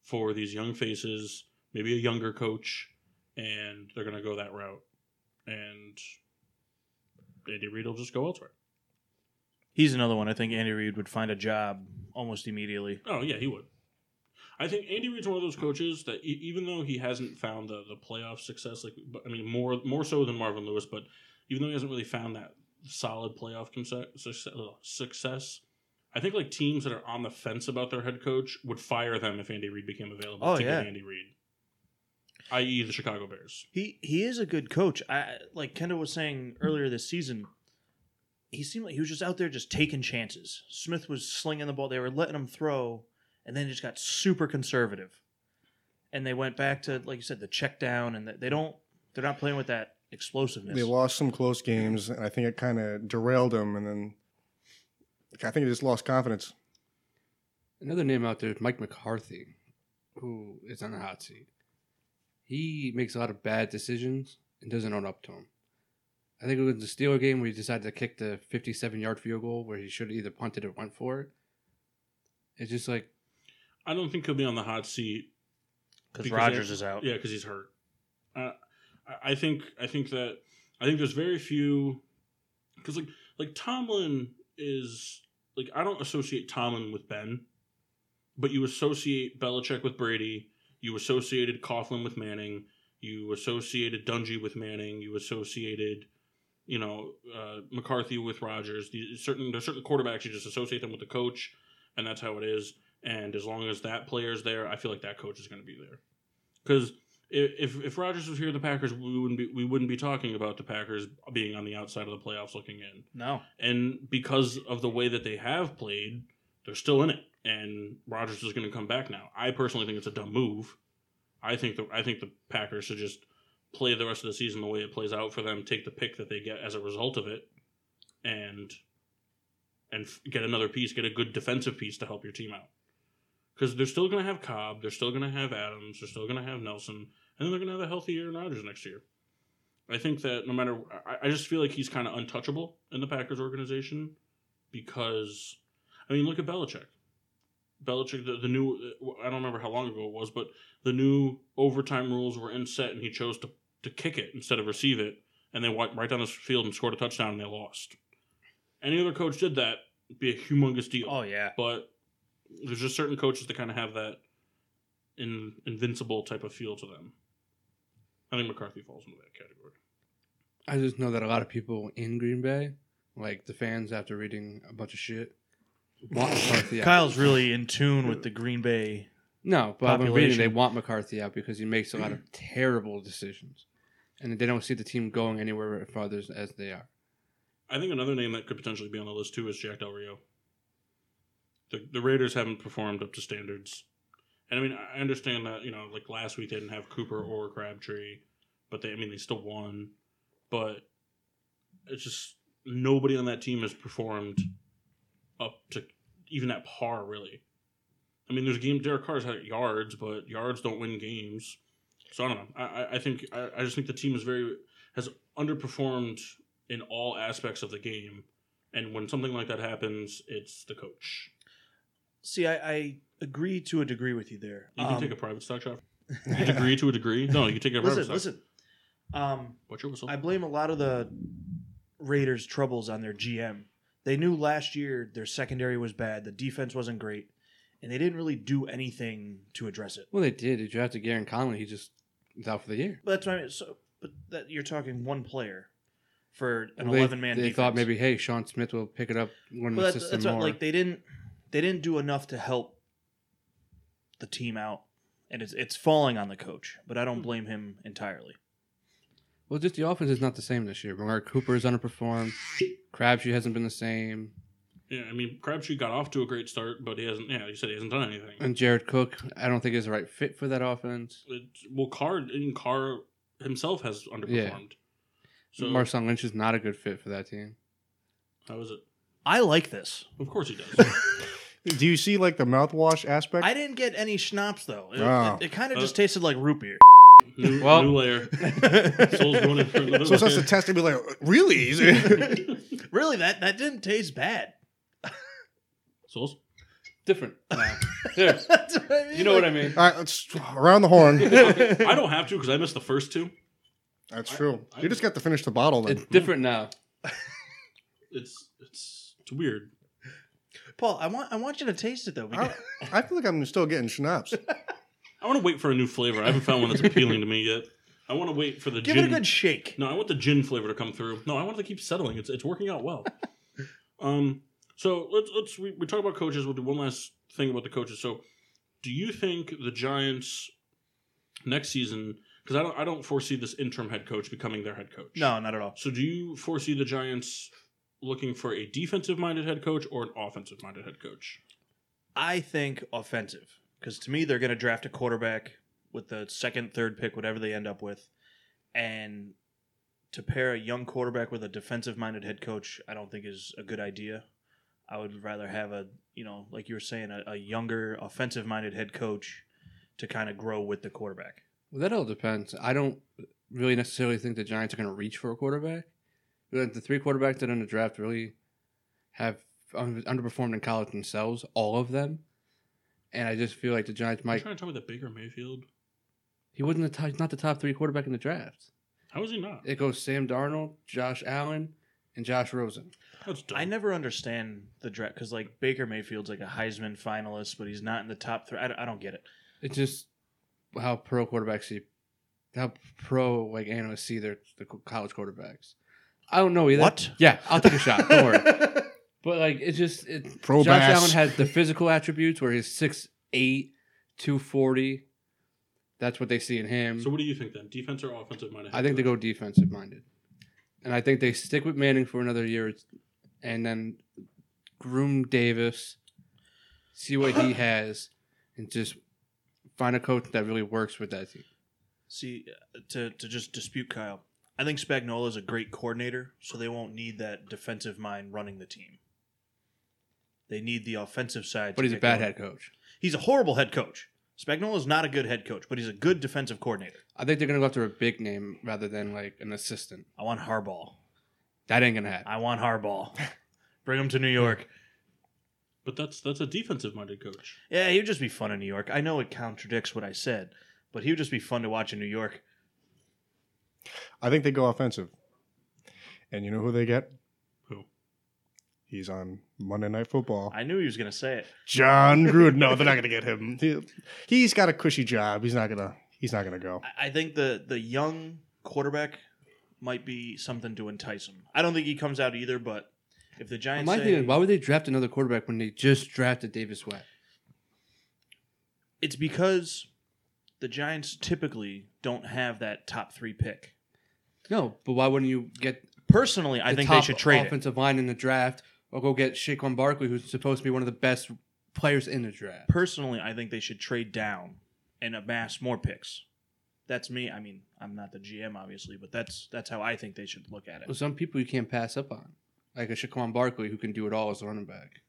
Speaker 1: for these young faces, maybe a younger coach, and they're going to go that route. And Andy Reid will just go elsewhere.
Speaker 2: He's another one. I think Andy Reid would find a job almost immediately.
Speaker 1: Oh yeah, he would. I think Andy Reid's one of those coaches that e- even though he hasn't found the, the playoff success, like but, I mean more more so than Marvin Lewis, but even though he hasn't really found that solid playoff conse- success, uh, success, I think like teams that are on the fence about their head coach would fire them if Andy Reid became available
Speaker 2: Oh,
Speaker 1: to
Speaker 2: yeah.
Speaker 1: get Andy Reid, i.e. the Chicago Bears.
Speaker 2: He he is a good coach. I like Kendall was saying earlier this season. He seemed like he was just out there just taking chances. Smith was slinging the ball. They were letting him throw, and then just got super conservative. And they went back to like you said the check down, and they don't they're not playing with that explosiveness.
Speaker 4: They lost some close games, and I think it kind of derailed them. And then I think they just lost confidence.
Speaker 3: Another name out there is Mike McCarthy, who is on the hot seat. He makes a lot of bad decisions and doesn't own up to them. I think it was the Steeler game where he decided to kick the 57 yard field goal where he should have either punted or went for it. It's just like,
Speaker 1: I don't think he'll be on the hot seat.
Speaker 2: because
Speaker 1: Because
Speaker 2: Rogers
Speaker 1: they-
Speaker 2: is out.
Speaker 1: Yeah, because he's hurt. Uh, I- I think I think that I think there's very few because like like Tomlin is like I don't associate Tomlin with Ben, but you associate Belichick with Brady. You associated Coughlin with Manning. You associated Dungy with Manning. You associated, you know, uh, McCarthy with Rogers. These certain there's certain quarterbacks you just associate them with the coach, and that's how it is. And as long as that player's there, I feel like that coach is going to be there. Because if if Rogers was here, the Packers we wouldn't be we wouldn't be talking about the Packers being on the outside of the playoffs looking in.
Speaker 2: No.
Speaker 1: And because of the way that they have played, they're still in it. And Rodgers is going to come back now. I personally think it's a dumb move. I think the I think the Packers should just play the rest of the season the way it plays out for them. Take the pick that they get as a result of it, and and f- get another piece, get a good defensive piece to help your team out. Because they're still going to have Cobb, they're still going to have Adams, they're still going to have Nelson, and then they're going to have a healthy Aaron Rodgers next year. I think that no matter, I, I just feel like he's kind of untouchable in the Packers organization because, I mean, look at Belichick. Belichick, the, the new, I don't remember how long ago it was, but the new overtime rules were in set and he chose to, to kick it instead of receive it. And they went right down the field and scored a touchdown and they lost. Any other coach did that, it'd be a humongous deal
Speaker 2: Oh yeah.
Speaker 1: but there's just certain coaches that kind of have that in, invincible type of feel to them. I think McCarthy falls into that category.
Speaker 3: I just know that a lot of people in Green Bay, like the fans after reading a bunch of shit, want McCarthy out.
Speaker 2: Kyle's really in tune with the Green Bay.
Speaker 3: No, but I'm reading
Speaker 2: population.
Speaker 3: they want McCarthy out because he makes a lot of terrible decisions, and they don't see the team going anywhere farther as they are.
Speaker 1: I think another name that could potentially be on the list too is Jack Del Rio. The, the Raiders haven't performed up to standards, and I mean I understand that you know like last week they didn't have Cooper or Crabtree, but they I mean they still won, but it's just nobody on that team has performed up to even at par really. I mean, there's game. Derek Carr's had yards, but yards don't win games. So I don't know. I, I- I think I, I just think the team is very has underperformed in all aspects of the game. And when something like that happens, it's the coach.
Speaker 2: See, I, I agree to a degree with you there.
Speaker 1: You can
Speaker 2: Um,
Speaker 1: take a private stock shot. A degree to a degree. No, you can take a private
Speaker 2: listen,
Speaker 1: stock.
Speaker 2: listen. Um,
Speaker 1: What's your
Speaker 3: Oh.
Speaker 1: whistle?
Speaker 2: I blame a lot of the Raiders' troubles on their GM. They knew last year their secondary was bad, the defense wasn't great, and they didn't really do anything to address it.
Speaker 3: Well, they did. They drafted Garen Conley. He just is out for the year.
Speaker 2: But that's what I mean. So, but that, you're talking one player for an
Speaker 3: Well, they-
Speaker 2: 11 man.
Speaker 3: They thought maybe, hey, Sean Smith will pick it up,
Speaker 2: But
Speaker 3: learn the
Speaker 2: that's,
Speaker 3: system
Speaker 2: that's what,
Speaker 3: more.
Speaker 2: like they didn't they didn't do enough to help the team out, and it's it's falling on the coach. But I don't blame him entirely.
Speaker 3: well, just the offense is not the same this year. Bernard Cooper is underperformed. Crabtree hasn't been the same,
Speaker 1: yeah, I mean, Crabtree got off to a great start, but he hasn't. Yeah, you said he hasn't done anything.
Speaker 3: and Jared Cook, I don't think is the right fit for that offense.
Speaker 1: It's- well, Carr and Carr himself has underperformed. So
Speaker 3: Marshawn Lynch is not a good fit for that team.
Speaker 1: how is it?
Speaker 2: I like this.
Speaker 1: Of course he does.
Speaker 4: Do you see like the mouthwash aspect?
Speaker 2: I didn't get any schnapps though. It,
Speaker 4: Oh.
Speaker 2: it, kind of
Speaker 1: Uh,
Speaker 2: just tasted like root beer.
Speaker 1: new,
Speaker 3: Well-
Speaker 1: new layer. Soul's going in for another
Speaker 4: so it's
Speaker 1: layer.
Speaker 4: us to test and be like, really? Is it-
Speaker 2: really, that that didn't taste bad.
Speaker 1: Souls.
Speaker 3: Different. There.
Speaker 2: That's what I mean.
Speaker 3: You know what I mean?
Speaker 4: All right, let's around the horn.
Speaker 1: I don't have to because I missed the first two.
Speaker 4: That's true.
Speaker 1: I-
Speaker 4: you just got to finish the bottle then.
Speaker 3: It's different now.
Speaker 1: It's it's it's weird.
Speaker 2: Paul, I want I want you to taste it though.
Speaker 4: I,
Speaker 2: because-
Speaker 4: I feel like I'm still getting schnapps.
Speaker 1: I want to wait for a new flavor. I haven't found one that's appealing to me yet. I want to wait for the
Speaker 2: give
Speaker 1: gin.
Speaker 2: it a good shake.
Speaker 1: No, I want the gin flavor to come through. No, I want it to keep settling. It's it's working out well. um, so let's let's we, we talk about coaches. We'll do one last thing about the coaches. So, do you think the Giants next season? Because I don't I don't foresee this interim head coach becoming their head coach.
Speaker 2: No, not at all.
Speaker 1: So, do you foresee the Giants looking for a defensive minded head coach or an offensive minded head coach?
Speaker 2: I think offensive because to me they're going to draft a quarterback with the second, third pick, whatever they end up with, and to pair a young quarterback with a defensive-minded head coach, I don't think is a good idea. I would rather have a you know like you were saying a, a younger offensive minded head coach to kind of grow with the quarterback.
Speaker 3: Well, that all depends. I don't really necessarily think the Giants are going to reach for a quarterback. The the three quarterbacks that are in the draft really have un- underperformed in college themselves, all of them. And I just feel like the Giants
Speaker 1: You're
Speaker 3: might.
Speaker 1: trying to tell me that Baker Mayfield?
Speaker 3: He wasn't the top, he's not the top three quarterback in the draft.
Speaker 1: How is he not?
Speaker 3: It goes Sam Darnold, Josh Allen, and Josh Rosen.
Speaker 1: That's dumb.
Speaker 2: I never understand the draft because like Baker Mayfield's like a Heisman finalist, but he's not in the top three. I don't, I don't get it.
Speaker 3: It's just how pro quarterbacks see, how pro like analysts see their the co- college quarterbacks. I don't know either.
Speaker 2: What?
Speaker 3: Yeah, I'll take a shot. Don't worry. But like it's just it,
Speaker 4: Pro
Speaker 3: Josh
Speaker 4: bass.
Speaker 3: Allen has the physical attributes where he's 6'8", 240. That's what they see in him.
Speaker 1: So what do you think then? Defense or offensive minded?
Speaker 3: I think they go defensive minded, and I think they stick with Manning for another year, and then groom Davis, see what he has, and just find a coach that really works with that team.
Speaker 2: See, to, to just dispute Kyle, I think Spagnuolo is a great coordinator, so they won't need that defensive mind running the team. They need the offensive side.
Speaker 3: But
Speaker 2: to
Speaker 3: he's a
Speaker 2: get
Speaker 3: bad
Speaker 2: going.
Speaker 3: head coach.
Speaker 2: He's a horrible head coach. Spagnuolo is not a good head coach, but he's a good defensive coordinator.
Speaker 3: I think they're gonna go after a big name rather than like an assistant.
Speaker 2: I want Harbaugh.
Speaker 3: That ain't gonna happen.
Speaker 2: I want Harbaugh. Bring him to New York.
Speaker 1: But that's that's a defensive minded coach.
Speaker 2: Yeah, he would just be fun in New York. I know it contradicts what I said, but he would just be fun to watch in New York.
Speaker 4: I think they go offensive. And you know who they get?
Speaker 1: Who?
Speaker 4: He's on Monday Night Football.
Speaker 2: I knew he was going to say it.
Speaker 4: John Gruden. No, they're not going to get him. He, he's got a cushy job. He's not gonna. He's not gonna go.
Speaker 2: I- I think the the young quarterback might be something to entice him. I don't think he comes out either, but if the Giants
Speaker 3: My
Speaker 2: say,
Speaker 3: thing is, why would they draft another quarterback when they just drafted Davis Webb?
Speaker 2: it's because the Giants typically don't have that top three pick.
Speaker 3: No, but why wouldn't you get
Speaker 2: Personally, I
Speaker 3: the
Speaker 2: think they
Speaker 3: top
Speaker 2: should trade it.
Speaker 3: offensive line in the draft or go get Shaquan Barkley, who's supposed to be one of the best players in the draft?
Speaker 2: Personally, I think they should trade down and amass more picks. That's me. I mean, I'm not the GM, obviously, but that's that's how I think they should look at
Speaker 3: Well,
Speaker 2: it.
Speaker 3: some people you can't pass up on, like a Shaquan Barkley who can do it all as a running back.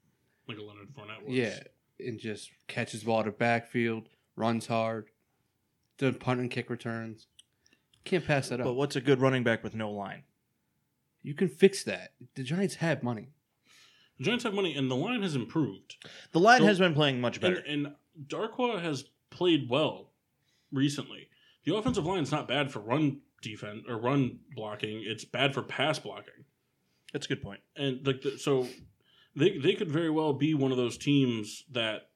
Speaker 1: Like a Leonard Fournette was.
Speaker 3: Yeah, and just catches ball to backfield, runs hard, the punt and kick returns. Can't pass that up.
Speaker 2: But what's a good running back with no line?
Speaker 3: you can fix that. The Giants have money.
Speaker 1: The Giants have money and the line has improved.
Speaker 2: The line
Speaker 1: Don't-
Speaker 2: has been playing much
Speaker 1: And,
Speaker 2: better.
Speaker 1: and Darqua has played well recently. The offensive line's not bad for run defense or run blocking. It's bad for pass blocking.
Speaker 2: That's a good point.
Speaker 1: And like the, so, they they could very well be one of those teams that,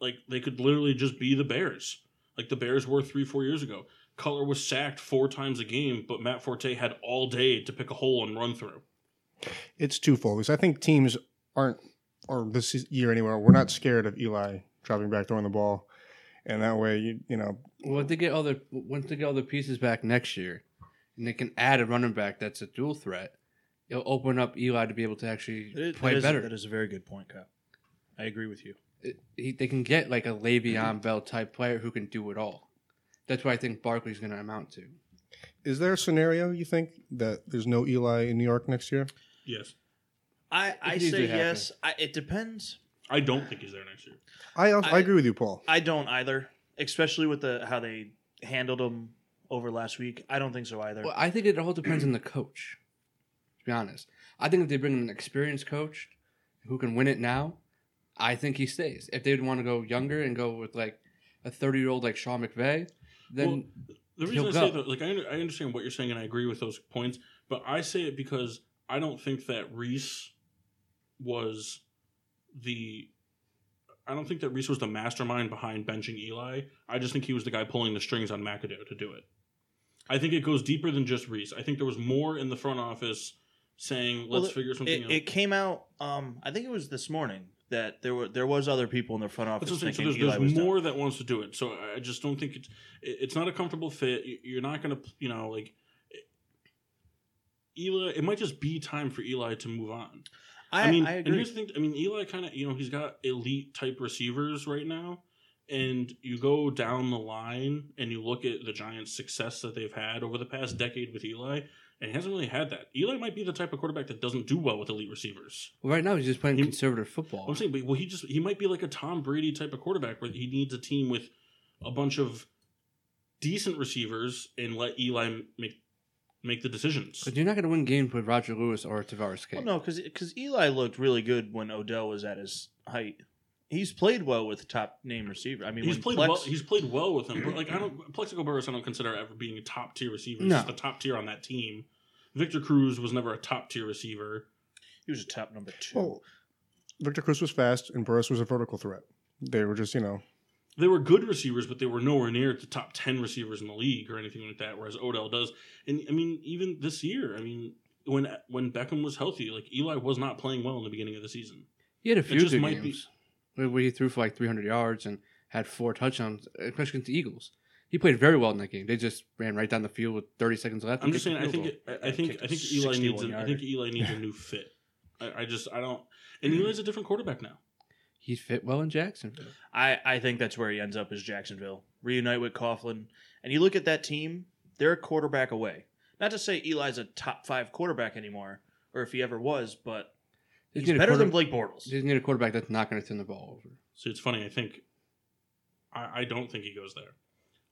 Speaker 1: like they could literally just be the Bears, like the Bears were three four years ago. Cutler was sacked four times a game, but Matt Forte had all day to pick a hole and run through.
Speaker 4: It's twofold because I think teams aren't, or this is- year anywhere, we're not scared of Eli dropping back throwing the ball, and that way you you know
Speaker 3: Well, if they get all their once they get all their pieces back next year, and they can add a running back that's a dual threat, it'll open up Eli to be able to actually
Speaker 2: That is-
Speaker 3: play
Speaker 2: that is-
Speaker 3: better.
Speaker 2: That is a very good point, Kyle. I agree with you.
Speaker 3: It- he, they can get like a
Speaker 2: Mm-hmm.
Speaker 3: Le'Veon Bell type player who can do it all. That's what I think Barkley's going to amount to.
Speaker 4: Is there a scenario you think that there's no Eli in New York next year?
Speaker 1: Yes,
Speaker 2: I, I
Speaker 3: could easily
Speaker 2: say
Speaker 3: happen.
Speaker 2: yes. I, it depends.
Speaker 1: I don't think he's there next year.
Speaker 4: I also, I,
Speaker 2: I-
Speaker 4: agree with you, Paul.
Speaker 2: I don't either, especially with the how they handled him over last week. I don't think so either.
Speaker 3: Well, I think it all depends on the coach. To be honest, I think if they bring in an experienced coach who can win it now, I think he stays. If they would want to go younger and go with like a thirty-year-old like Sean McVay, then
Speaker 1: Well, The
Speaker 3: He'll
Speaker 1: reason I say
Speaker 3: go.
Speaker 1: that, like, I, under- I understand what you're saying, and I agree with those points, but I say it because I don't think that Reese was the. I don't think that Reese was the mastermind behind benching Eli. I just think he was the guy pulling the strings on McAdoo to do it. I think it goes deeper than just Reese. I think there was more in the front office saying,
Speaker 2: Well,
Speaker 1: "Let's figure something
Speaker 2: it,
Speaker 1: out."
Speaker 2: it came out. Um, I think it was this morning that there were there was other people in the front office
Speaker 1: That's what I'm saying. So
Speaker 2: thinking
Speaker 1: there's,
Speaker 2: Eli was
Speaker 1: there's
Speaker 2: done.
Speaker 1: more that wants to do it. So I- I just don't think it's it- it's not a comfortable fit. You- You're not gonna you know like it- Eli. It might just be time for Eli to move on.
Speaker 2: I,
Speaker 1: I, mean,
Speaker 2: I
Speaker 1: and
Speaker 2: agree.
Speaker 1: here's the thing. I mean, Eli kind of you know he's got elite type receivers right now, and you go down the line and you look at the Giants' success that they've had over the past decade with Eli. and he hasn't really had that. Eli might be the type of quarterback that doesn't do well with elite receivers.
Speaker 3: Well, right now he's just playing
Speaker 1: He-
Speaker 3: conservative football.
Speaker 1: I'm saying, but, well, he just he might be like a Tom Brady type of quarterback where he needs a team with a bunch of decent receivers and let Eli make make the decisions.
Speaker 3: But you're not going to win games with Roger Lewis or Tavares K.
Speaker 2: Well, no, because Eli looked really good when Odell was at his height. He's played well with top name receiver. I mean,
Speaker 1: He's
Speaker 2: when
Speaker 1: played
Speaker 2: Plex-
Speaker 1: well. He's played well with him, but like I don't, Plexico Burris, I don't consider ever being a top tier receiver. He's
Speaker 3: No.
Speaker 1: just the top tier on that team. Victor Cruz was never a top tier receiver.
Speaker 2: he was a top number two.
Speaker 4: Well, Victor Cruz was fast, and Burris was a vertical threat. They were just, you know,
Speaker 1: They were good receivers, but they were nowhere near the top ten receivers in the league or anything like that. Whereas Odell does, and I mean, even this year, I mean, when when Beckham was healthy, like Eli was not playing well in the beginning of the season.
Speaker 3: He had a few
Speaker 1: just
Speaker 3: good
Speaker 1: might be-
Speaker 3: games where where he threw for like 300 yards and had four touchdowns, especially against the Eagles. He played very well in that game. They just ran right down the field with 30 seconds left.
Speaker 1: I'm
Speaker 3: and
Speaker 1: just
Speaker 3: kicked
Speaker 1: saying. I
Speaker 3: the
Speaker 1: think.
Speaker 3: field
Speaker 1: I I think. I think Eli
Speaker 2: 61
Speaker 1: needs. A, I
Speaker 2: yarder.
Speaker 1: think Eli needs a new fit. I, I just. I don't. And Eli's a different quarterback now.
Speaker 3: goal. he fit well in Jacksonville.
Speaker 2: I, I think that's where he ends up is Jacksonville. Reunite with Coughlin. And you look at that team, they're a quarterback away. Not to say Eli's a top five quarterback anymore, or if he ever was, but
Speaker 3: They
Speaker 2: he's
Speaker 3: need a
Speaker 2: better than
Speaker 3: quarter-
Speaker 2: Blake Bortles.
Speaker 3: They need a quarterback that's not going to turn the ball over.
Speaker 1: See, it's funny. I think. I, I don't think he goes there.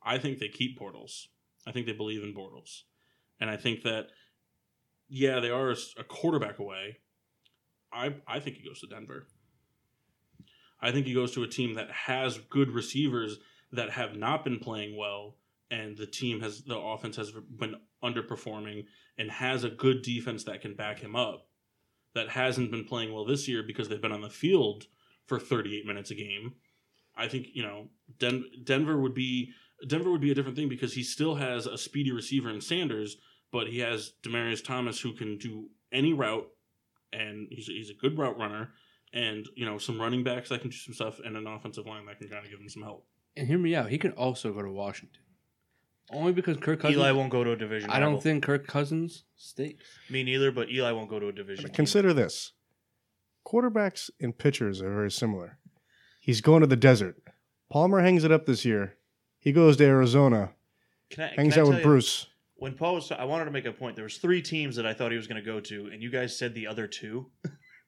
Speaker 1: I think they keep Bortles. I think they believe in Bortles, and I think that, yeah, they are a s- a quarterback away. I I think he goes to Denver. I think he goes to a team that has good receivers that have not been playing well, and the team has the offense has been underperforming, and has a good defense that can back him up. That hasn't been playing well this year because they've been on the field for 38 minutes a game. I think you know Den- Denver would be Denver would be a different thing because he still has a speedy receiver in Sanders, but he has Demarius Thomas who can do any route, and he's a, he's a good route runner, and you know some running backs that can do some stuff, and an offensive line that can kind of give him some help.
Speaker 3: And hear me out. He could also go to Washington. Only because Kirk Cousins.
Speaker 2: Eli won't go to a division.
Speaker 3: I don't
Speaker 2: rival.
Speaker 3: think Kirk Cousins stinks.
Speaker 2: me neither, but Eli won't go to a division.
Speaker 4: But
Speaker 2: rival.
Speaker 4: consider this quarterbacks and pitchers are very similar. He's going to the desert. Palmer hangs it up this year. He goes to Arizona,
Speaker 2: Can I-
Speaker 4: hangs
Speaker 2: can I
Speaker 4: out
Speaker 2: tell
Speaker 4: with
Speaker 2: you-
Speaker 4: Bruce.
Speaker 2: When Paul was, I wanted to make a point. There was three teams that I thought he was going to go to, and you guys said the other two.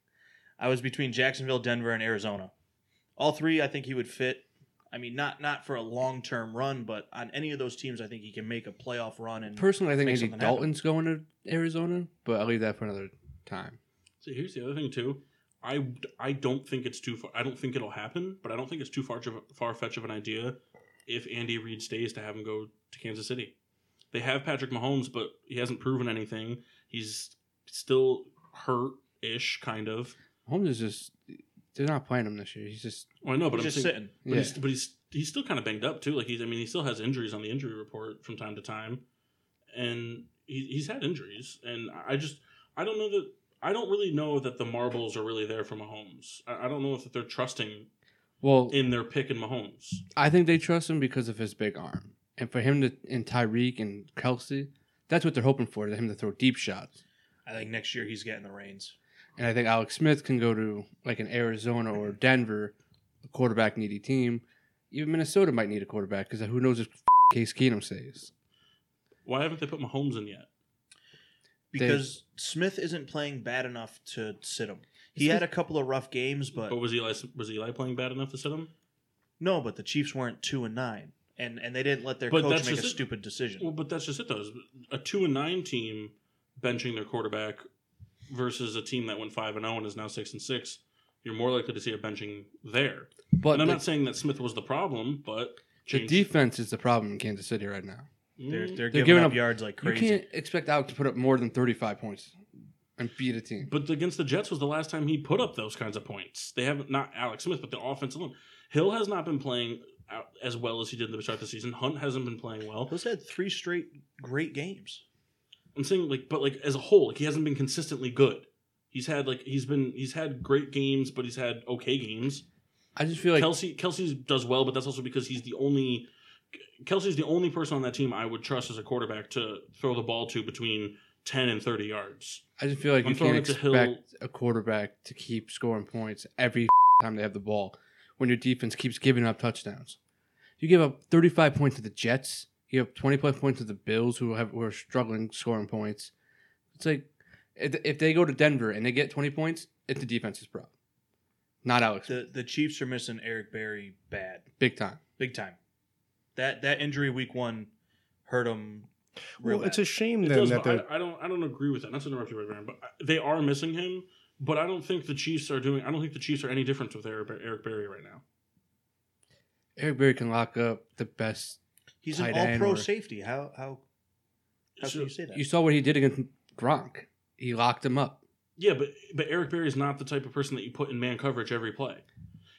Speaker 2: I was between Jacksonville, Denver, and Arizona. All three, I think he would fit. I mean, not not for a long term run, but on any of those teams, I think he can make a playoff run. And
Speaker 3: Personally, I think
Speaker 2: Make
Speaker 3: Andy
Speaker 2: something happen.
Speaker 3: Dalton's going to Arizona, but I'll leave that for another time.
Speaker 1: So here's the other thing too. I, I don't think it's too far. I don't think it'll happen, but I don't think it's too far far fetched of an idea if Andy Reid stays to have him go to Kansas City. They have Patrick Mahomes, but he hasn't proven anything. He's still hurt ish, kind of.
Speaker 3: Holmes is just. They're not playing him this year. He's just.
Speaker 1: Well, I know, but
Speaker 2: he's
Speaker 1: I'm
Speaker 2: just
Speaker 1: saying-
Speaker 2: sitting.
Speaker 1: but,
Speaker 3: yeah.
Speaker 1: he's, but he's he's still kind of banged up too. Like he's, I mean, he still has injuries on the injury report from time to time, and he, he's had injuries. And I I just, I don't know that. I don't really know that the marbles are really there for Mahomes. I, I don't know if they're trusting
Speaker 3: Well,
Speaker 1: in their pick in Mahomes.
Speaker 3: I think they trust him because of his big arm, and for him to and Tyreek and Kelsey, that's what they're hoping for. Him to throw deep shots,
Speaker 2: I think next year he's getting the reins.
Speaker 3: and I think Alex Smith can go to like an Arizona or Denver, a quarterback needy team. Even Minnesota might need a quarterback because who knows if Case Keenum stays.
Speaker 1: Why haven't they put Mahomes in yet?
Speaker 3: They-
Speaker 2: Because Smith isn't playing bad enough to sit him. He had a couple of rough games, but
Speaker 1: But was Eli was Eli playing bad enough to sit him?
Speaker 2: no. But the Chiefs weren't two and nine, and and they didn't let their
Speaker 1: But
Speaker 2: coach
Speaker 1: that's
Speaker 2: make a
Speaker 1: just it.
Speaker 2: stupid decision.
Speaker 1: Well, but that's just it though. is A two and nine team benching their quarterback versus a team that went five and zero and is now six and six. You're more likely to see a benching there.
Speaker 3: But
Speaker 1: And I'm
Speaker 3: the,
Speaker 1: not saying that Smith was the problem, but
Speaker 3: the
Speaker 1: change-
Speaker 3: defense is the problem in Kansas City right now.
Speaker 1: Mm,
Speaker 2: They're, they're,
Speaker 3: giving
Speaker 2: giving,
Speaker 3: up-
Speaker 2: up yards like crazy.
Speaker 3: You can't expect Alex to put up more than thirty-five points and beat a team.
Speaker 1: but against the Jets was the last time he put up those kinds of points. They haven't not Alex Smith, but the offense alone. Hill has not been playing out as well as he did at the start of the season. Hunt hasn't been playing well.
Speaker 2: Those had three straight great games.
Speaker 1: I'm saying like, but like as a whole, like he hasn't been consistently good. He's had like he's been he's had great games, but he's had okay games.
Speaker 3: I just feel like
Speaker 1: Kelsey Kelsey does well, but that's also because he's the only Kelsey's the only person on that team I would trust as a quarterback to throw the ball to between ten and thirty yards.
Speaker 3: I just feel like
Speaker 1: I'm
Speaker 3: you can't
Speaker 1: throwing it to Hill.
Speaker 3: expect a quarterback to keep scoring points every time they have the ball when your defense keeps giving up touchdowns. You give up 35 points to the Jets. You give up 20 plus points to the Bills, who have who are struggling scoring points. It's like if, if they go to Denver and they get 20 points, it's the defense's problem, not Alex.
Speaker 2: The the Chiefs are missing Eric Berry bad,
Speaker 3: Big time.
Speaker 2: big time. That that injury week one hurt him.
Speaker 4: Well,
Speaker 2: Real
Speaker 4: it's a
Speaker 2: bad.
Speaker 4: shame
Speaker 1: It
Speaker 4: then
Speaker 1: does,
Speaker 4: that
Speaker 1: but
Speaker 4: they're
Speaker 1: I, I don't. I don't agree with that. Not to interrupt you, Red Baron, but I- they are missing him. But I don't think the Chiefs are doing. I don't think the Chiefs are any different with Eric, Eric Berry right now.
Speaker 3: Eric Berry can lock up the best.
Speaker 2: He's an
Speaker 3: tight
Speaker 2: All
Speaker 3: end
Speaker 2: Pro
Speaker 3: or-
Speaker 2: safety. How how how can you say that?
Speaker 3: You saw what he did against Gronk. He locked him up.
Speaker 1: Yeah, but but Eric Berry is not the type of person that you put in man coverage every play.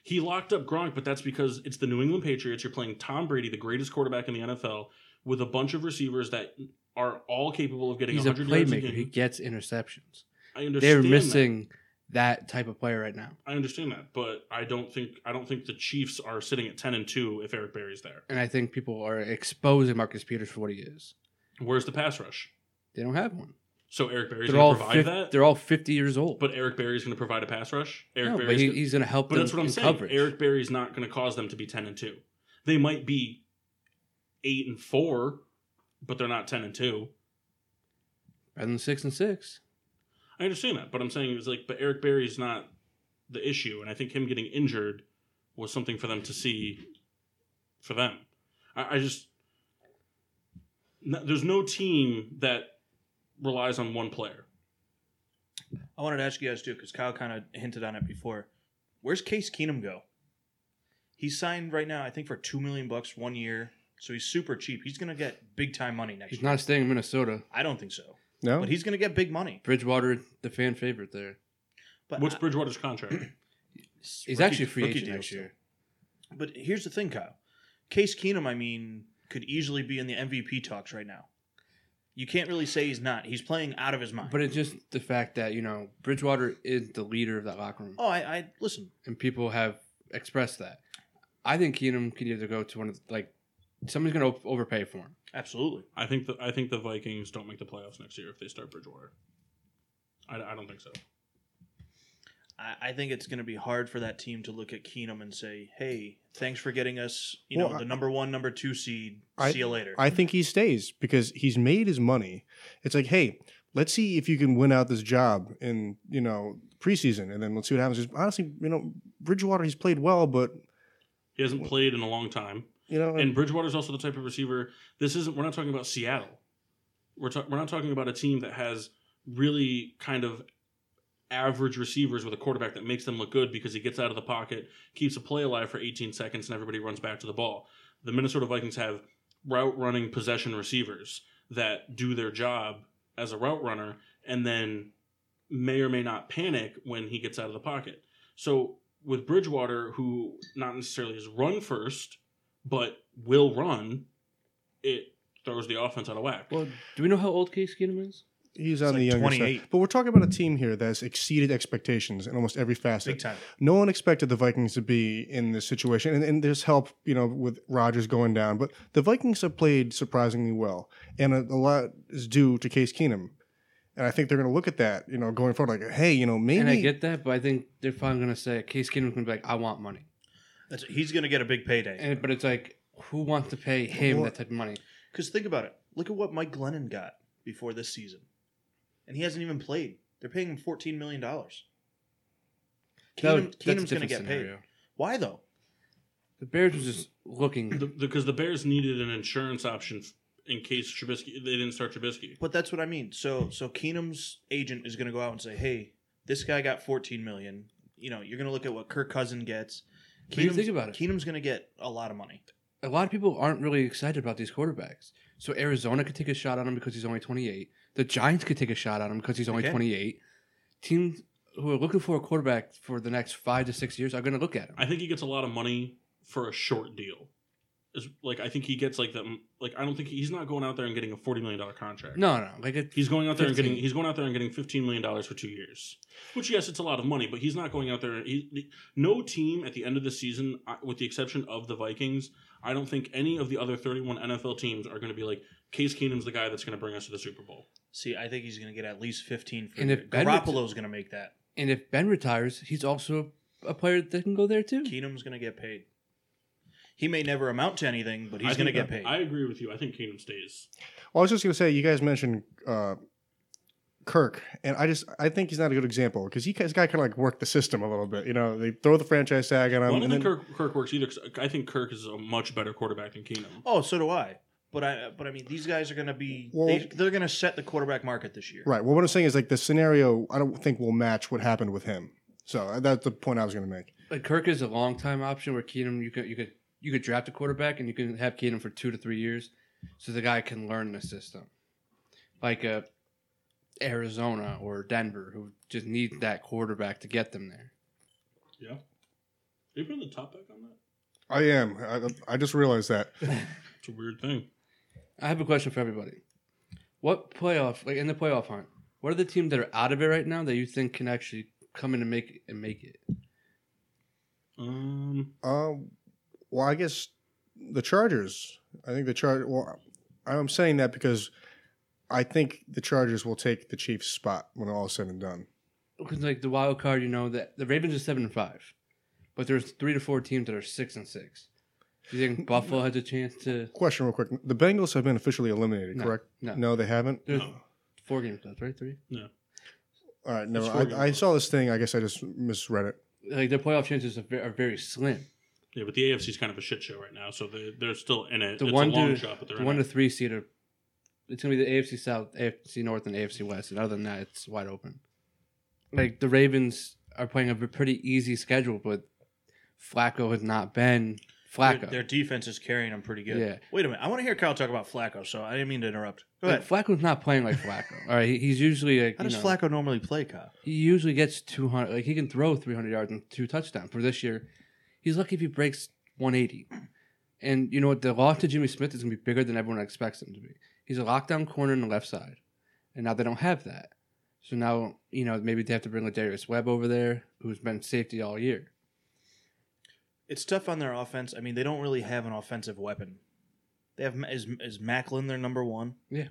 Speaker 1: He locked up Gronk, but that's because it's the New England Patriots. You're playing Tom Brady, the greatest quarterback in the NFL, with a bunch of receivers that are all capable of getting
Speaker 3: He's a
Speaker 1: 100 yards a
Speaker 3: playmaker.
Speaker 1: game.
Speaker 3: He gets interceptions.
Speaker 1: I understand
Speaker 3: They're
Speaker 1: that.
Speaker 3: missing that type of player right now.
Speaker 1: I understand that, but I don't think I don't think the Chiefs are sitting at 10 and 2 if Eric Berry's there.
Speaker 3: And I think people are exposing Marcus Peters for what he is.
Speaker 1: Where's the pass rush?
Speaker 3: They don't have one.
Speaker 1: So Eric Berry's
Speaker 3: They're
Speaker 1: going
Speaker 3: all,
Speaker 1: to provide
Speaker 3: fif-
Speaker 1: that.
Speaker 3: they're all 50 years old.
Speaker 1: But Eric Berry's going to provide a pass rush. Eric
Speaker 3: no, but
Speaker 1: Berry's
Speaker 3: he-
Speaker 1: go-
Speaker 3: he's going to help
Speaker 1: But
Speaker 3: them
Speaker 1: that's what I'm
Speaker 3: in
Speaker 1: saying.
Speaker 3: coverage.
Speaker 1: Eric Berry's not going to cause them to be ten and two. They might be eight and four, but they're not ten and two.
Speaker 3: rather than 6 and 6.
Speaker 1: I understand that, but I'm saying it's like, but Eric Berry's not the issue, and I think him getting injured was something for them to see. For them, I, I just no- there's no team that relies on one player.
Speaker 2: I wanted to ask you guys too because Kyle kind of hinted on it before. Where's Case Keenum go? He's signed right now, I think, for two million bucks one year, so he's super cheap. He's gonna get big time money next
Speaker 3: He's
Speaker 2: year.
Speaker 3: not staying in Minnesota.
Speaker 2: I don't think so,
Speaker 4: no.
Speaker 2: but he's gonna get big money.
Speaker 3: Bridgewater, the fan favorite there.
Speaker 2: But
Speaker 1: What's
Speaker 2: I-
Speaker 1: Bridgewater's contract?
Speaker 3: He's
Speaker 2: rookie-
Speaker 3: actually a free
Speaker 2: rookie
Speaker 3: agent
Speaker 2: deal
Speaker 3: next year.
Speaker 2: But here's the thing, Kyle. Case Keenum, I mean, could easily be in the MVP talks right now. You can't really say he's not. He's playing out of his mind.
Speaker 3: But it's just the fact that, you know, Bridgewater is the leader of that locker room.
Speaker 2: oh, I, I listen.
Speaker 3: And people have expressed that. I think Keenum can either go to one of, the, like, somebody's going to overpay for him.
Speaker 2: Absolutely.
Speaker 1: I think the I think the Vikings don't make the playoffs next year if they start Bridgewater. I, I don't think so.
Speaker 2: I, I think it's going to be hard for that team to look at Keenum and say, "Hey, thanks for getting us, you know,
Speaker 4: Well, I-
Speaker 2: the number one, number two seed.
Speaker 4: I-
Speaker 2: See you later."
Speaker 4: I think he stays because he's made his money. It's like, hey, let's see if you can win out this job in you know preseason, and then let's see what happens. 'Cause honestly, you know, Bridgewater he's played well, but
Speaker 1: He hasn't played in a long time.
Speaker 4: you know,
Speaker 1: And Bridgewater's also the type of receiver. This isn't. We're not talking about Seattle. We're ta- we're not talking about a team that has really kind of average receivers with a quarterback that makes them look good because he gets out of the pocket, keeps a play alive for 18 seconds, and everybody runs back to the ball. The Minnesota Vikings have route running possession receivers that do their job as a route runner and then may or may not panic when he gets out of the pocket. So with Bridgewater, who not necessarily is run first, but will run, it throws the offense out of whack.
Speaker 3: Well, do we know how old Case Keenum is?
Speaker 4: he's on
Speaker 2: like
Speaker 4: the younger
Speaker 2: 28.
Speaker 4: side. But we're talking about a team here that's exceeded expectations in almost every facet.
Speaker 2: Big time.
Speaker 4: No one expected the Vikings to be in this situation, and, and there's help, you know, with Rodgers going down. But the Vikings have played surprisingly well, and a, a lot is due to Case Keenum. And I think they're going to look at that, you know, going forward, like, hey, you know, maybe
Speaker 3: And I get that, but I think they're probably going to say Case Keenum's going to be like, I want money.
Speaker 2: That's, he's going to get a big payday.
Speaker 3: And, but it's like, who wants to pay him
Speaker 4: Well-
Speaker 3: that type of money?
Speaker 2: Because think about it. Look at what Mike Glennon got before this season, and he hasn't even played. They're paying him fourteen million dollars.
Speaker 3: That
Speaker 2: Keenum,
Speaker 3: would- that's
Speaker 2: Keenum's
Speaker 3: a
Speaker 2: going to
Speaker 3: different
Speaker 2: get paid.
Speaker 3: scenario.
Speaker 2: Why though?
Speaker 3: The Bears was just looking.
Speaker 1: The- because the Bears needed an insurance option f- in case Trubisky they didn't start Trubisky.
Speaker 2: But that's what I mean. So so Keenum's agent is going to go out and say, "Hey, this guy got 14 million. You know, you're going to look at what Kirk Cousin gets.
Speaker 3: But you think about it.
Speaker 2: Keenum's going to get a lot of money.
Speaker 3: a lot of people aren't really excited about these quarterbacks. So Arizona could take a shot on him because he's only 28. The Giants could take a shot on him because he's only
Speaker 2: They can.
Speaker 3: 28. Teams who are looking for a quarterback for the next five to six years are going to look at him.
Speaker 1: I think he gets a lot of money for a short deal. Is like I think he gets like the like I don't think he's not going out there and getting a forty million dollar contract.
Speaker 3: No, no, like it,
Speaker 1: He's going out there and
Speaker 3: 15.
Speaker 1: getting he's going out there and getting fifteen million dollars for two years, which yes, it's a lot of money, but he's not going out there. He, no team at the end of the season, I- with the exception of the Vikings, I don't think any of the other thirty-one NFL teams are going to be like Case Keenum's the guy that's going to bring us to the Super Bowl.
Speaker 2: See, I think he's going to get at least 15 for
Speaker 3: And if Benedict-
Speaker 2: Garoppolo's going to make that.
Speaker 3: and if Ben retires, he's also a player that can go there too.
Speaker 2: Keenum's going to get paid. He may never amount to anything, but he's
Speaker 1: I
Speaker 2: going to
Speaker 1: think that-
Speaker 2: get paid.
Speaker 1: I agree with you. I think Keenum stays.
Speaker 4: Well, I was just going to say, you guys mentioned uh, Kirk, and I just I think he's not a good example because he this guy kind of like worked the system a little bit. You know, they throw the franchise tag on him,
Speaker 1: well, I don't
Speaker 4: and then
Speaker 1: think Kirk, Kirk works either. 'cause I think Kirk is a much better quarterback than Keenum.
Speaker 2: Oh, so do I. But I, but I mean, these guys are going to be
Speaker 4: Well-
Speaker 2: they, they're going to set the quarterback market this year.
Speaker 4: right. Well, what I'm saying is like the scenario I don't think will match what happened with him. So uh, that's the point I was going to make.
Speaker 3: Like Kirk is a long time option where Keenum you could you could you could draft a quarterback and you can have Keenum for two to three years, so the guy can learn the system, like uh Arizona or Denver who just need that quarterback to get them there.
Speaker 1: Yeah. Are you putting the top back on that?
Speaker 4: I am. I, I just realized that.
Speaker 1: It's a weird thing.
Speaker 3: I have a question for everybody. What playoff like in the playoff hunt? What are the teams that are out of it right now that you think can actually come in and make and make it?
Speaker 1: Um,
Speaker 4: Um, well, I guess the Chargers. I think the Chargers. Well, I'm saying that because I think the Chargers will take the Chiefs' spot when all is said and done.
Speaker 3: Because like the wild card, you know that the Ravens are seven and five, but there's three to four teams that are six and six. Do you think Buffalo has a chance to?
Speaker 4: Question, real quick: The Bengals have been officially eliminated,
Speaker 3: No,
Speaker 4: correct?
Speaker 3: no.
Speaker 4: they haven't.
Speaker 3: There's
Speaker 1: No.
Speaker 3: four games left, right? Three.
Speaker 4: All right,
Speaker 1: It's
Speaker 4: no.
Speaker 1: four games
Speaker 4: I, I
Speaker 1: left.
Speaker 4: saw this thing. I guess I just misread it.
Speaker 3: Like their playoff chances are ve- are very slim.
Speaker 1: yeah, but the AFC is kind of a shit show right now, so they, they're still in it.
Speaker 3: The
Speaker 1: it's
Speaker 3: one
Speaker 1: a long
Speaker 3: to-
Speaker 1: shot, but they're
Speaker 3: The
Speaker 1: in
Speaker 3: one
Speaker 1: it.
Speaker 3: to three seed are. It's gonna be the AFC South, AFC North, and AFC West, and other than that, it's wide open. Like the Ravens are playing a pretty easy schedule, but Flacco has not been Flacco.
Speaker 2: Their, their defense is carrying them pretty good.
Speaker 3: Yeah.
Speaker 2: Wait a minute. I want to hear Kyle talk about Flacco, so I didn't mean to interrupt. Go
Speaker 3: Like,
Speaker 2: ahead.
Speaker 3: Flacco's not playing like Flacco. All right, he- he's usually like
Speaker 2: How
Speaker 3: you
Speaker 2: does
Speaker 3: know,
Speaker 2: Flacco normally play, Kyle?
Speaker 3: He usually gets 200. Like, he can throw 300 yards and two touchdowns. For this year, he's lucky if he breaks 180. And you know what? The loss to Jimmy Smith is going to be bigger than everyone expects him to be. He's a lockdown corner on the left side. And now they don't have that. So now, you know, maybe they have to bring Darius Webb over there, who's been safety all year.
Speaker 2: It's tough on their offense. I mean, they don't really have an offensive weapon. They have is is Macklin their number one?
Speaker 3: Yeah.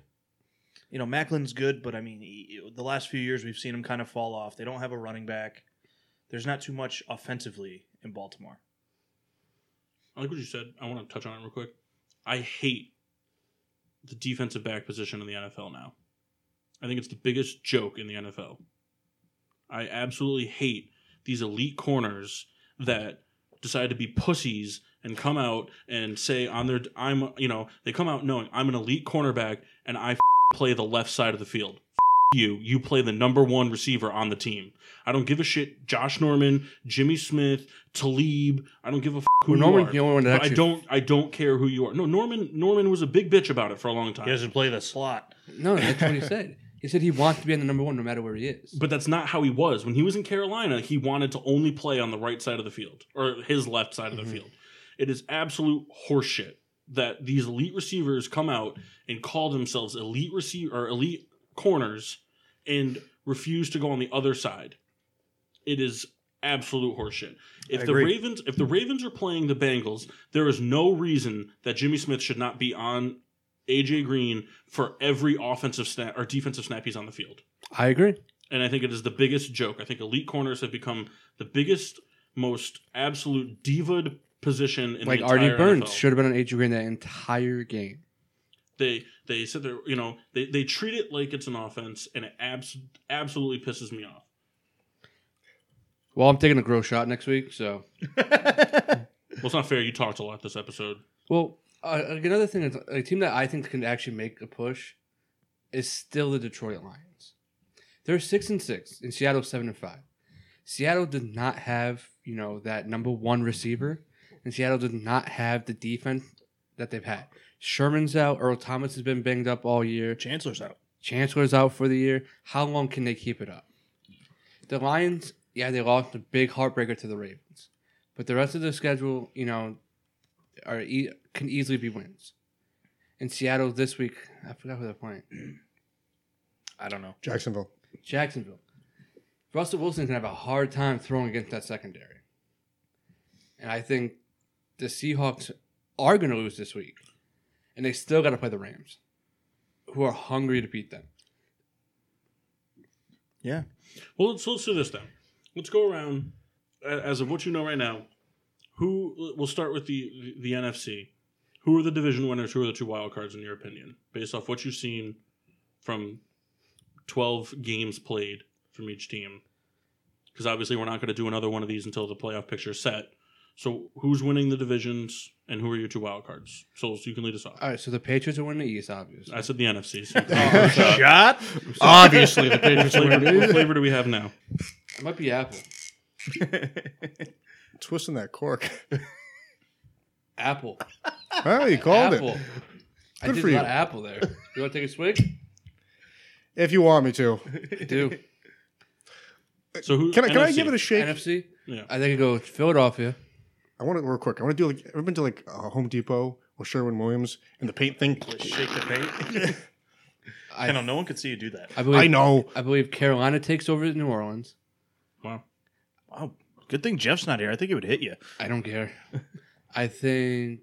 Speaker 2: You know, Macklin's good, but I mean, he- the last few years we've seen him kind of fall off. They don't have a running back. There's not too much offensively in Baltimore.
Speaker 1: I like what you said. I want to touch on it real quick. I hate the defensive back position in the NFL now. I think it's the biggest joke in the NFL. I absolutely hate these elite corners that decide to be pussies and come out and say on their I'm you know they come out knowing I'm an elite cornerback and I f- play the left side of the field. F- you you play the number one receiver on the team. I don't give a shit. Josh Norman, Jimmy Smith, Talib. I don't give a f- who
Speaker 3: Well,
Speaker 1: you
Speaker 3: Norman's
Speaker 1: are.
Speaker 3: the only one that
Speaker 1: But I
Speaker 3: actually-
Speaker 1: don't I don't care who you are. No, Norman Norman was a big bitch about it for a long time.
Speaker 2: He doesn't play the slot.
Speaker 3: No, that's what he said. He said he wants to be on the number one no matter where he is.
Speaker 1: But that's not how he was. When he was in Carolina, he wanted to only play on the right side of the field or his left side of the
Speaker 2: Mm-hmm.
Speaker 3: Mhm.
Speaker 1: field. It is absolute horseshit that these elite receivers come out and call themselves elite receiver or elite corners and refuse to go on the other side. It is absolute horseshit. If
Speaker 2: I
Speaker 1: the
Speaker 2: agree.
Speaker 1: Ravens if the Ravens are playing the Bengals, there is no reason that Jimmy Smith should not be on AJ Green for every offensive snap or defensive snap he's on the field
Speaker 3: I agree.
Speaker 1: and I think it is the biggest joke. I think elite corners have become the biggest, most absolute diva position in
Speaker 3: Like
Speaker 1: the entire
Speaker 3: Artie Burns
Speaker 1: NFL.
Speaker 3: should have been on Adrian Green that entire game.
Speaker 1: They they sit there, you know, they, they treat it like it's an offense, and it abs- absolutely pisses me off.
Speaker 3: Well, I'm taking a grow shot next week, so
Speaker 1: Well, it's not fair. You talked a lot this episode.
Speaker 3: Well, uh, like another thing is a team that I think can actually make a push is still the Detroit Lions. They're six and six, and Seattle's seven and five. Seattle does not have you know that number one receiver, and Seattle does not have the defense that they've had. Sherman's out. Earl Thomas has been banged up all year.
Speaker 2: Chancellor's out.
Speaker 3: Chancellor's out for the year. How long can they keep it up? The Lions, yeah, they lost a big heartbreaker to the Ravens, but the rest of the schedule, you know, are e- can easily be wins. In Seattle this week, I forgot who they're playing.
Speaker 2: I don't know.
Speaker 4: Jacksonville.
Speaker 3: Jacksonville. Russell Wilson's gonna have a hard time throwing against that secondary, and I think the Seahawks are gonna lose this week, and they still gotta play the Rams, who are hungry to beat them.
Speaker 2: Yeah.
Speaker 1: Well, let's let's do this then. Let's go around a- as of what you know right now. Who we'll start with the the NFC. Who are the division winners? Who are the two wild cards in your opinion, based off what you've seen from 12 games played from each team. Because obviously, we're not going to do another one of these until the playoff picture's set. So, who's winning the divisions and who are your two wild cards? So, you can lead us off.
Speaker 3: All right, so the Patriots are winning the East, obviously.
Speaker 1: I said the NFC. So
Speaker 4: Oh,
Speaker 1: what
Speaker 2: Shot.
Speaker 4: Obviously, the Patriots are
Speaker 1: flavor- what
Speaker 4: winning.
Speaker 1: flavor do we have now?
Speaker 3: It might be Apple.
Speaker 4: Twisting that cork.
Speaker 3: Apple.
Speaker 4: Well, you called
Speaker 3: Apple.
Speaker 4: it.
Speaker 3: I
Speaker 4: Good
Speaker 3: did
Speaker 4: for
Speaker 3: a lot
Speaker 4: you.
Speaker 3: of Apple there. You want to take a swig?
Speaker 4: If you want me to.
Speaker 3: I do.
Speaker 1: So, who
Speaker 4: Can I, can I
Speaker 1: NFC?
Speaker 4: give it a shake?
Speaker 3: NFC?
Speaker 1: Yeah.
Speaker 3: I think I go Philadelphia.
Speaker 4: I want it real quick. I want to do like, ever been to like uh, Home Depot or Sherwin Williams and the paint thing?
Speaker 2: Shake the paint.
Speaker 3: I,
Speaker 2: I know no one could see you do that.
Speaker 3: I believe
Speaker 4: I know.
Speaker 3: I believe Carolina takes over New Orleans.
Speaker 1: Wow.
Speaker 2: Wow. Oh, Good thing Jeff's not here. I think it would hit you.
Speaker 3: I don't care. I think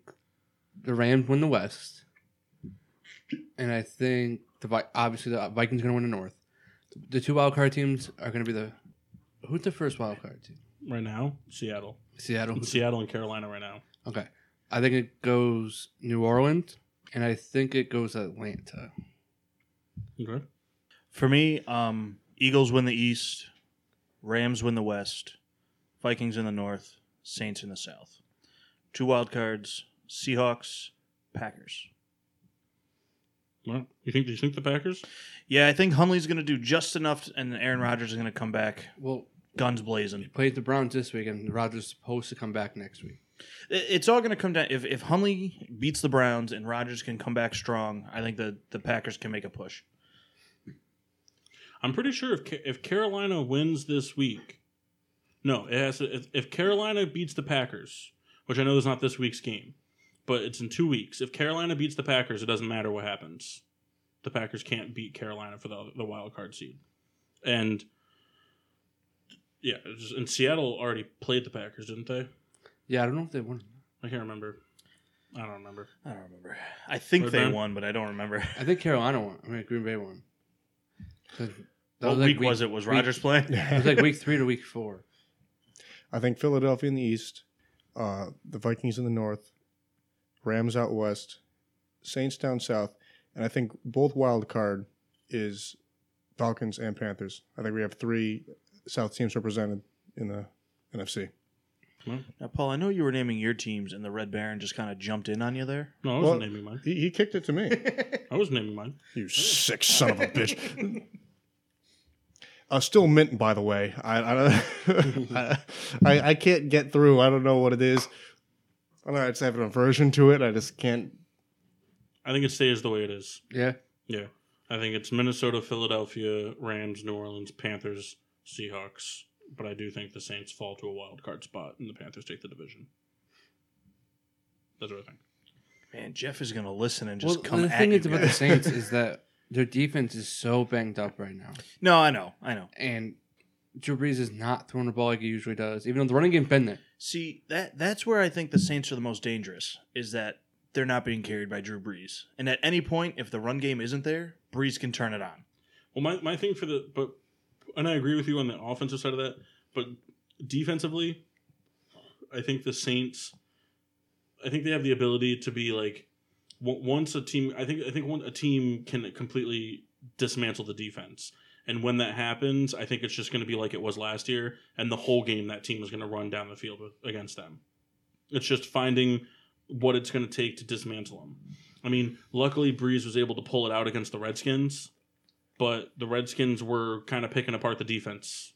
Speaker 3: the Rams win the West, and I think the Vi- obviously the Vikings going to win the North. The two wild card teams are going to be the who's the first wild card team?
Speaker 1: Right now, Seattle.
Speaker 3: Seattle.
Speaker 1: Seattle and Carolina right now.
Speaker 3: Okay, I think it goes New Orleans, and I think it goes Atlanta.
Speaker 1: Okay.
Speaker 2: For me, um, Eagles win the East, Rams win the West, Vikings in the North, Saints in the South. Two wild cards: Seahawks, Packers.
Speaker 1: Well, you think you think the Packers?
Speaker 2: Yeah, I think Hunley's going to do just enough, and Aaron Rodgers is going to come back
Speaker 3: Well,
Speaker 2: guns blazing.
Speaker 3: we played the Browns this week, and Rogers supposed to come back next week.
Speaker 2: I- It's all going to come down if if Hunley beats the Browns and Rodgers can come back strong. I think the the Packers can make a push.
Speaker 1: I'm pretty sure if Ca- if Carolina wins this week, no, it has to, if, if Carolina beats the Packers, which I know is not this week's game, but it's in two weeks. If Carolina beats the Packers, it doesn't matter what happens. The Packers can't beat Carolina for the the wild card seed, and yeah, it's just- and Seattle already played the Packers, didn't they?
Speaker 3: Yeah, I don't know if they won.
Speaker 1: I can't remember. I don't remember.
Speaker 2: I don't remember. I think
Speaker 1: Or
Speaker 2: they
Speaker 1: Ben?
Speaker 2: won, but I don't remember.
Speaker 3: I think Carolina won. I mean, Green Bay won. 'Cause that
Speaker 2: what
Speaker 3: like
Speaker 2: week, was it? Was
Speaker 3: week-
Speaker 2: Rodgers playing?
Speaker 3: It was like week three to week four.
Speaker 4: I think Philadelphia in the East, uh, the Vikings in the North, Rams out West, Saints down South, and I think both wild card is Falcons and Panthers. I think we have three South teams represented in the NFC.
Speaker 2: Now, Paul, I know you were naming your teams, and the Red Baron just kind of jumped in on you there.
Speaker 1: No, I wasn't
Speaker 4: Well-
Speaker 1: naming mine.
Speaker 4: He, he kicked it to me.
Speaker 1: I was naming mine.
Speaker 4: You sick son of a bitch. Uh, still mint, by the way. I I, I I I can't get through. I don't know what it is. I don't know. I just have an aversion to it. I just can't.
Speaker 1: I think it stays the way it is.
Speaker 3: Yeah.
Speaker 1: Yeah. I think it's Minnesota, Philadelphia, Rams, New Orleans, Panthers, Seahawks. But I do think the Saints fall to a wild card spot and the Panthers take the division. That's what I think.
Speaker 2: Man, Jeff is going to listen and
Speaker 3: Well,
Speaker 2: just come
Speaker 3: the
Speaker 2: at
Speaker 3: thing
Speaker 2: you
Speaker 3: is about the
Speaker 2: guys.
Speaker 3: Saints is that their defense is so banged up right now,
Speaker 2: No, I know, I know.
Speaker 3: and Drew Brees is not throwing the ball like he usually does, even though the running game's been there.
Speaker 2: See that that's where I think the Saints are the most dangerous is that they're not being carried by Drew Brees, and at any point, if the run game isn't there, Brees can turn it on.
Speaker 1: Well, my, my thing for the, but, and I agree with you on the offensive side of that, but defensively, I think the Saints, I think they have the ability to be like, w- once a team, I think, I think one, a team can completely dismantle the defense. And when that happens, I think it's just going to be like it was last year, and the whole game that team is going to run down the field with, against them. It's just finding what it's going to take to dismantle them. I mean, luckily Breeze was able to pull it out against the Redskins, but the Redskins were kind of picking apart the defense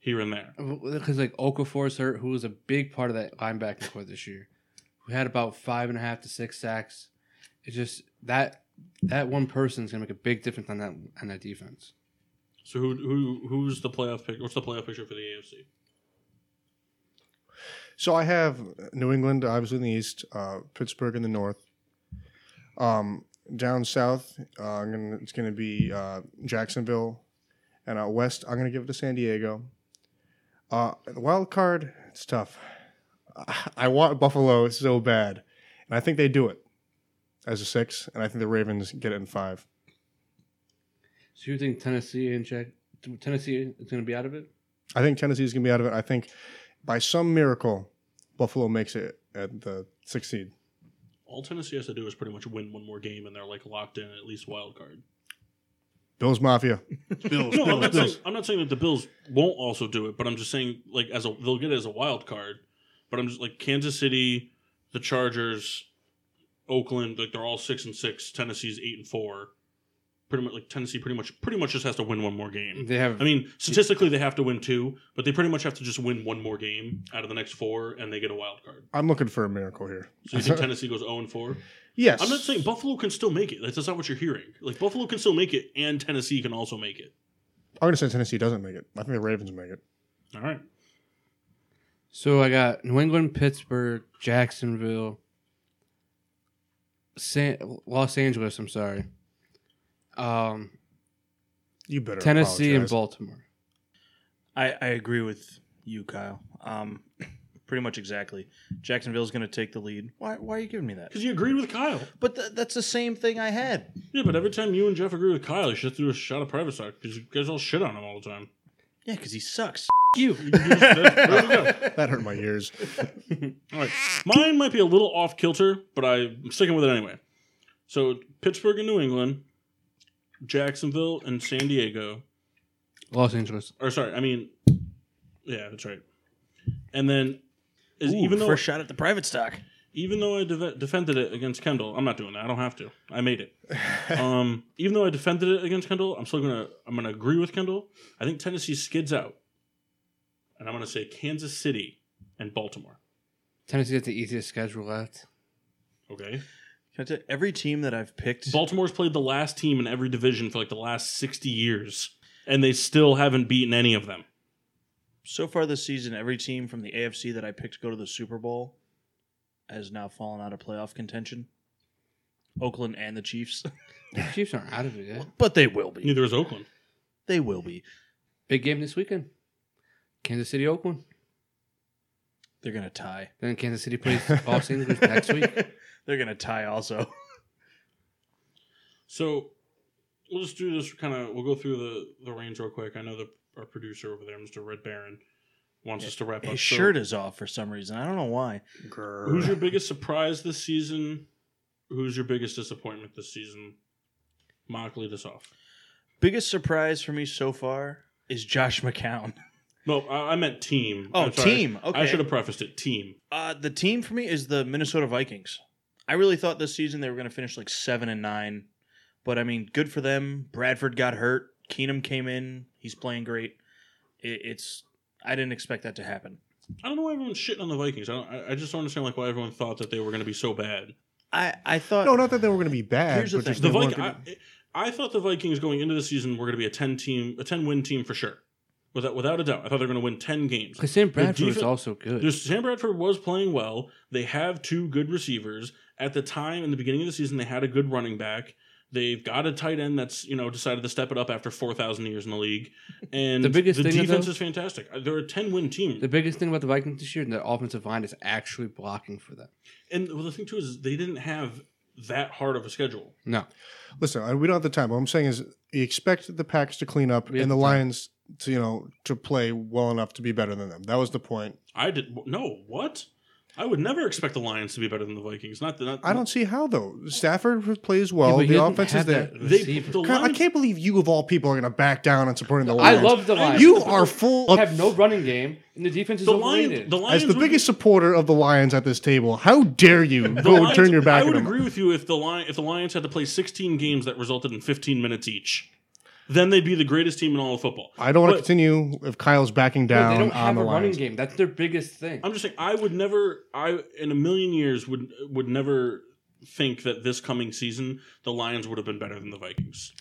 Speaker 1: here and there.
Speaker 3: Because like Okafor's hurt, who was a big part of that linebacking core this year, who had about five and a half to six sacks. It's just that that one person is gonna make a big difference on that on that defense.
Speaker 1: So who who who's the playoff pick? What's the playoff picture for the AFC?
Speaker 4: So I have New England, obviously in the East, uh, Pittsburgh in the North. Um, down South, uh, I'm gonna, it's going to be uh, Jacksonville, and out West, I'm going to give it to San Diego. Uh, the wild card, it's tough. I- I want Buffalo so bad, and I think they do it as a six, and I think the Ravens get it in five.
Speaker 3: So you think Tennessee and Jack, Tennessee is gonna be out of it?
Speaker 4: I think Tennessee's going to be out of it. I think by some miracle, Buffalo makes it at the six seed.
Speaker 1: All Tennessee has to do is pretty much win one more game, and they're like locked in at least wild card.
Speaker 4: Bills Mafia.
Speaker 2: Bills,
Speaker 1: No, I'm
Speaker 2: Bills,
Speaker 1: not,
Speaker 2: Bills.
Speaker 1: saying, I'm not saying that the Bills won't also do it, but I'm just saying like as a they'll get it as a wild card. But I'm just like Kansas City, the Chargers, Oakland, like they're all six and six. Tennessee's eight and four. Pretty much like Tennessee, pretty much pretty much just has to win one more game.
Speaker 3: They have.
Speaker 1: I mean, statistically they have to win two, but they pretty much have to just win one more game out of the next four, and they get a wild card.
Speaker 4: I'm looking for a miracle here.
Speaker 1: So you think Tennessee goes zero and four?
Speaker 4: Yes.
Speaker 1: I'm not saying Buffalo can still make it. That's that's not what you're hearing. Like Buffalo can still make it, and Tennessee can also make it.
Speaker 4: I'm going to say Tennessee doesn't make it. I think the Ravens make it.
Speaker 1: All right.
Speaker 3: so I got New England, Pittsburgh, Jacksonville, San, Los Angeles. I'm sorry. Um,
Speaker 4: You better.
Speaker 3: Tennessee and
Speaker 4: apologize.
Speaker 3: Baltimore.
Speaker 2: I, I agree with you, Kyle. Um, pretty much exactly. Jacksonville's going to take the lead. Why, why are you giving me that?
Speaker 1: Because you agreed with Kyle.
Speaker 2: But th- that's the same thing I had.
Speaker 1: Yeah, but every time you and Jeff agree with Kyle, you should do a shot of private stock because you guys all shit on him all the time.
Speaker 2: Yeah, because he sucks.
Speaker 1: You. you just- there we go.
Speaker 4: That hurt my ears.
Speaker 1: All right. Mine might be a little off kilter, but I'm sticking with it anyway. So Pittsburgh and New England, Jacksonville and San Diego.
Speaker 3: Los Angeles.
Speaker 1: Or sorry, I mean, yeah, that's right. And then is
Speaker 2: Ooh,
Speaker 1: even though
Speaker 2: first shot at the private stock.
Speaker 1: even though I de- defended it against Kendall, I'm not doing that. I don't have to. I made it. um, even though I defended it against Kendall, I'm still gonna I'm gonna agree with Kendall. I think Tennessee skids out, and I'm gonna say Kansas City and Baltimore.
Speaker 3: Tennessee has the easiest schedule left.
Speaker 1: Okay,
Speaker 2: Can I tell you, every team that I've picked,
Speaker 1: Baltimore's played the last team in every division for like the last 60 years, and they still haven't beaten any of them.
Speaker 2: so far this season, every team from the AFC that I picked to go to the Super Bowl has now fallen out of playoff contention. Oakland and the Chiefs.
Speaker 3: The Chiefs aren't out of it yet.
Speaker 2: but they will be.
Speaker 1: Neither is Oakland.
Speaker 2: They will be.
Speaker 3: Big game this weekend. Kansas City, Oakland.
Speaker 2: They're going to tie.
Speaker 3: Then Kansas City plays Los Angeles next week.
Speaker 2: They're going to tie also.
Speaker 1: So we'll just do this kind of. We'll go through the the reins real quick. I know that our producer over there, Mr. Red Baron, wants us to wrap up.
Speaker 2: His
Speaker 1: So-
Speaker 2: shirt is off for some reason. I don't know why.
Speaker 1: Who's your biggest surprise this season? Who's your biggest disappointment this season? Mock lead us off.
Speaker 2: Biggest surprise for me so far is Josh McCown.
Speaker 1: No, I, I meant team.
Speaker 2: Oh,
Speaker 1: I'm sorry.
Speaker 2: team. Okay.
Speaker 1: I should have prefaced it. Team.
Speaker 2: Uh, the team for me is the Minnesota Vikings. I really thought this season they were going to finish like seven and nine, but I mean, good for them. Bradford got hurt. Keenum came in. He's playing great. It, it's I didn't expect that to happen.
Speaker 1: I don't know why everyone's shitting on the Vikings. I, don't, I, I just don't understand like why everyone thought that they were going to be so bad.
Speaker 2: I I thought
Speaker 4: No, not that they were going to be bad.
Speaker 2: Here's the
Speaker 4: but
Speaker 2: thing.
Speaker 4: just
Speaker 1: The
Speaker 4: they weren't
Speaker 1: Viking, I,
Speaker 4: gonna-
Speaker 1: I thought the Vikings going into the season were going to be a ten team, a ten win team for sure, without without a doubt. I thought they were going to win ten games.
Speaker 3: Because Sam Bradford
Speaker 1: defen-
Speaker 3: is also good.
Speaker 1: There's, Sam Bradford was playing well. They have two good receivers. At the time, in the beginning of the season, they had a good running back. They've got a tight end that's you know decided to step it up after four thousand years in the league, and
Speaker 3: The biggest thing,
Speaker 1: defense
Speaker 3: though-
Speaker 1: is fantastic. Uh, They're a ten win team,
Speaker 3: The biggest thing about the Vikings this year, their offensive line is actually blocking for them.
Speaker 1: and well, the thing too is they didn't have that hard of a schedule.
Speaker 3: No,
Speaker 4: Listen, I, we don't have the time. What I'm saying is, you expect the Packs to clean up
Speaker 3: We have
Speaker 4: and the
Speaker 3: the time.
Speaker 4: Lions to you know to play well enough to be better than them. That was the point.
Speaker 1: I did no what. I would never expect the Lions to be better than the Vikings. Not, not
Speaker 4: I don't see how though. Stafford plays well.
Speaker 3: Yeah, but he
Speaker 4: the
Speaker 3: doesn't
Speaker 4: offense is
Speaker 3: have
Speaker 4: there.
Speaker 3: that
Speaker 1: They,
Speaker 3: receiver.
Speaker 1: the
Speaker 4: God, I
Speaker 1: Lions,
Speaker 4: can't believe you of all people are going to back down on supporting the
Speaker 3: I
Speaker 4: Lions.
Speaker 3: love the Lions.
Speaker 4: you are full. Of,
Speaker 3: have no running game, and the defense is
Speaker 1: the Lions,
Speaker 3: overrated.
Speaker 1: the Lions
Speaker 4: as the
Speaker 1: would be-
Speaker 4: biggest supporter of the Lions at this table, how dare you
Speaker 1: The
Speaker 4: go and
Speaker 1: Lions-
Speaker 4: turn your
Speaker 1: I
Speaker 4: back on
Speaker 1: would
Speaker 4: them?
Speaker 1: agree with you if the Lion, if the Lions had to play 16 games that resulted in 15 minutes each, then they'd be the greatest team in all of football.
Speaker 4: I don't want to
Speaker 1: But-
Speaker 4: continue if Kyle's backing
Speaker 3: No,
Speaker 4: down
Speaker 3: they don't
Speaker 4: on
Speaker 3: have
Speaker 4: the
Speaker 3: a running
Speaker 4: Lions.
Speaker 3: game. That's their biggest thing.
Speaker 1: I'm just saying I would never I in a million years would would never think that this coming season the Lions would have been better than the Vikings.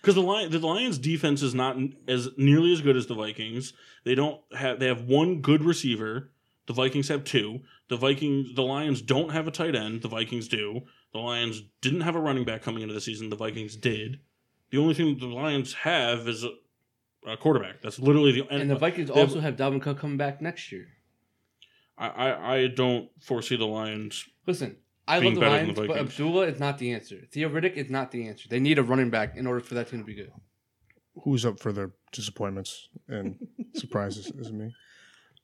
Speaker 1: Because the Lion, the Lions' defense is not n- as nearly as good as the Vikings. They don't have they have one good receiver. The Vikings have two. The Vikings the Lions don't have a tight end. The Vikings do. The Lions didn't have a running back coming into the season. The Vikings did. The only thing that the Lions have is a, a quarterback. That's literally the
Speaker 3: and the Vikings
Speaker 1: they have-
Speaker 3: also have Dalvin Cook coming back next year.
Speaker 1: I, I I don't foresee the Lions
Speaker 3: Listen, I
Speaker 1: Being
Speaker 3: love the
Speaker 1: better than
Speaker 3: Lions,
Speaker 1: the
Speaker 3: but
Speaker 1: Vikings.
Speaker 3: Abdullah is not the answer. Theo Riddick is not the answer. They need a running back in order for that team to be good.
Speaker 4: Who's up for their disappointments and surprises? Is it me?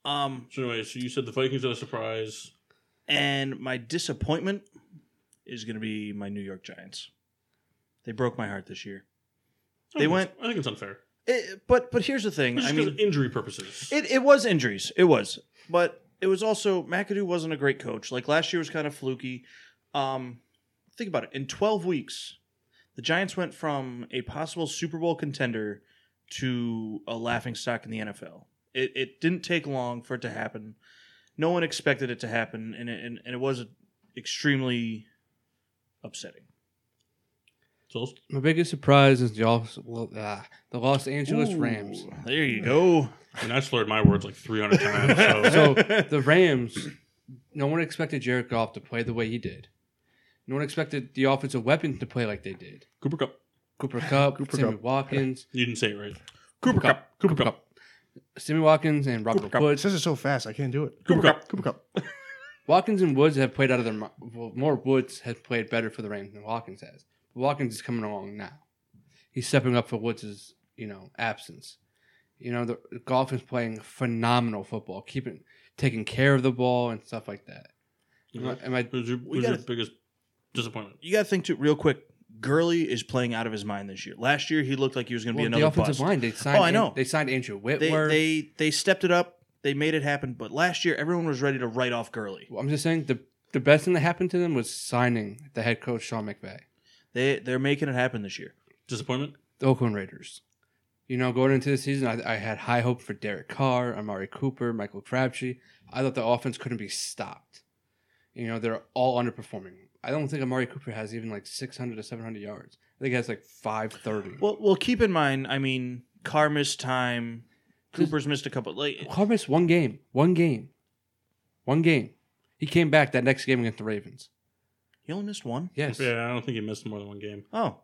Speaker 2: um
Speaker 1: So anyway, so you said the Vikings are a surprise.
Speaker 2: and my disappointment is going to be my New York Giants. They broke my heart this year.
Speaker 1: I
Speaker 2: They
Speaker 1: think
Speaker 2: went-
Speaker 1: it's- I think it's unfair.
Speaker 2: It, but but here's the thing.
Speaker 1: Just
Speaker 2: I
Speaker 1: 'cause
Speaker 2: mean,
Speaker 1: of injury purposes.
Speaker 2: It, it was injuries. It was. But it was also McAdoo wasn't a great coach. Like last year was kind of fluky. Um, think about it. In 12 weeks, the Giants went from a possible Super Bowl contender to a laughing stock in the NFL. It, it didn't take long for it to happen. No one expected it to happen, and it, and, and it was extremely upsetting.
Speaker 1: so
Speaker 3: My biggest surprise is the, Los- well, ah, the Los Angeles Rams.
Speaker 2: Ooh, There you go.
Speaker 1: and I slurred my words like 300 times. So,
Speaker 3: So the Rams, no one expected Jared Goff to play the way he did. No one expected the offensive weapon to play like they did.
Speaker 1: Cooper Cup.
Speaker 3: Cooper Cup,
Speaker 4: Cooper
Speaker 3: Sammy
Speaker 4: Kupp.
Speaker 3: Watkins,
Speaker 1: You didn't say it right.
Speaker 3: Cooper Cup,
Speaker 1: Cooper Cup.
Speaker 3: Sammy Watkins, and Robert
Speaker 4: Cooper Cup. It
Speaker 3: Woods.
Speaker 4: says it so fast, I can't do it.
Speaker 1: Cooper Cup.
Speaker 4: Cooper Cup.
Speaker 3: Watkins and Woods have played out of their mi- well, more Woods has played better for the Rams than Watkins has. Watkins is coming along now. He's stepping up for Woods' you know absence. You know the, the golf is playing phenomenal football, keeping taking care of the ball and stuff like that.
Speaker 2: Mm-hmm.
Speaker 3: Am I, am I-
Speaker 1: Who's your,
Speaker 2: We
Speaker 1: who's your
Speaker 2: gotta-
Speaker 1: biggest disappointment?
Speaker 2: You got to think, too, real quick. Gurley is playing out of his mind this year. Last year, he looked like he was going to
Speaker 3: well,
Speaker 2: be
Speaker 3: the
Speaker 2: another
Speaker 3: offensive
Speaker 2: bust.
Speaker 3: line? They signed.
Speaker 2: Oh, I
Speaker 3: An-
Speaker 2: know.
Speaker 3: they signed Andrew
Speaker 2: they,
Speaker 3: Whitworth.
Speaker 2: they they stepped it up. They made it happen. But last year, everyone was ready to write off Gurley.
Speaker 3: Well, I'm just saying the the best thing that happened to them was signing the head coach Sean McVay,
Speaker 2: They they're making it happen this year.
Speaker 1: Disappointment?
Speaker 3: the Oakland Raiders. You know, going into the season, I, I had high hope for Derek Carr, Amari Cooper, Michael Crabtree. I thought the offense couldn't be stopped. You know, they're all underperforming. I don't think Amari Cooper has even like 600 to 700 yards. I think he has like 530.
Speaker 2: Well, well, keep in mind. I mean, Carr missed time. Cooper's missed a couple. Like,
Speaker 3: Carr missed one game, one game, one game. He came back that next game against the Ravens.
Speaker 2: he only missed one.
Speaker 3: Yes.
Speaker 1: Yeah, I don't think he missed more than one game.
Speaker 2: Oh,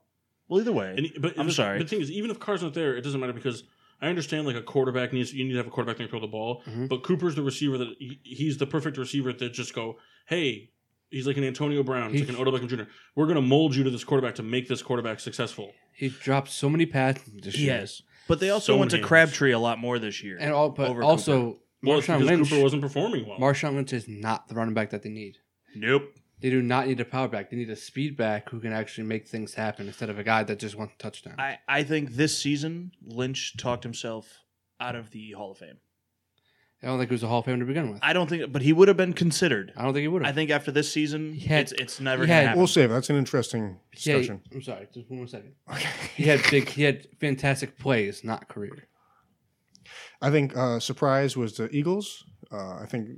Speaker 2: well, either way,
Speaker 1: And he- but
Speaker 2: I'm
Speaker 1: the,
Speaker 2: sorry.
Speaker 1: The thing is, even if Carr's not there, it doesn't matter because I understand like a quarterback needs you need to have a quarterback that can throw the ball.
Speaker 3: Mhm.
Speaker 1: But Cooper's the receiver that he, he's the perfect receiver that just go, hey, he's like an Antonio Brown, he's like an
Speaker 3: He-
Speaker 1: Odell Beckham Jr. We're gonna mold you to this quarterback to make this quarterback successful.
Speaker 3: He dropped so many passes this
Speaker 2: he
Speaker 3: year.
Speaker 2: has. But they also
Speaker 1: So
Speaker 2: went to
Speaker 1: many.
Speaker 2: Crabtree a lot more this year.
Speaker 3: And all, but
Speaker 2: over
Speaker 3: also,
Speaker 1: Well, it's
Speaker 3: Marshawn
Speaker 1: because
Speaker 3: Lynch.
Speaker 1: Cooper wasn't performing well.
Speaker 3: Marshawn Lynch is not the running back that they need.
Speaker 2: nope.
Speaker 3: They do not need a power back. They need a speed back who can actually make things happen instead of a guy that just wants a touchdown.
Speaker 2: I I think this season Lynch talked himself out of the Hall of Fame.
Speaker 3: I don't think he was a Hall of Famer to begin with. I,
Speaker 2: I don't think, but he would have been considered.
Speaker 3: don't think he would
Speaker 2: I
Speaker 3: have.
Speaker 2: think after this season,
Speaker 3: He had-
Speaker 2: it's it's never
Speaker 3: he
Speaker 2: gonna
Speaker 3: had-
Speaker 2: happen.
Speaker 4: We'll save. it. That's an interesting
Speaker 3: Yeah,
Speaker 4: discussion.
Speaker 3: I'm sorry, just one more second. He
Speaker 4: Okay.
Speaker 3: had big, he had fantastic plays, not career.
Speaker 4: I think uh, surprise was the Eagles. Uh, I think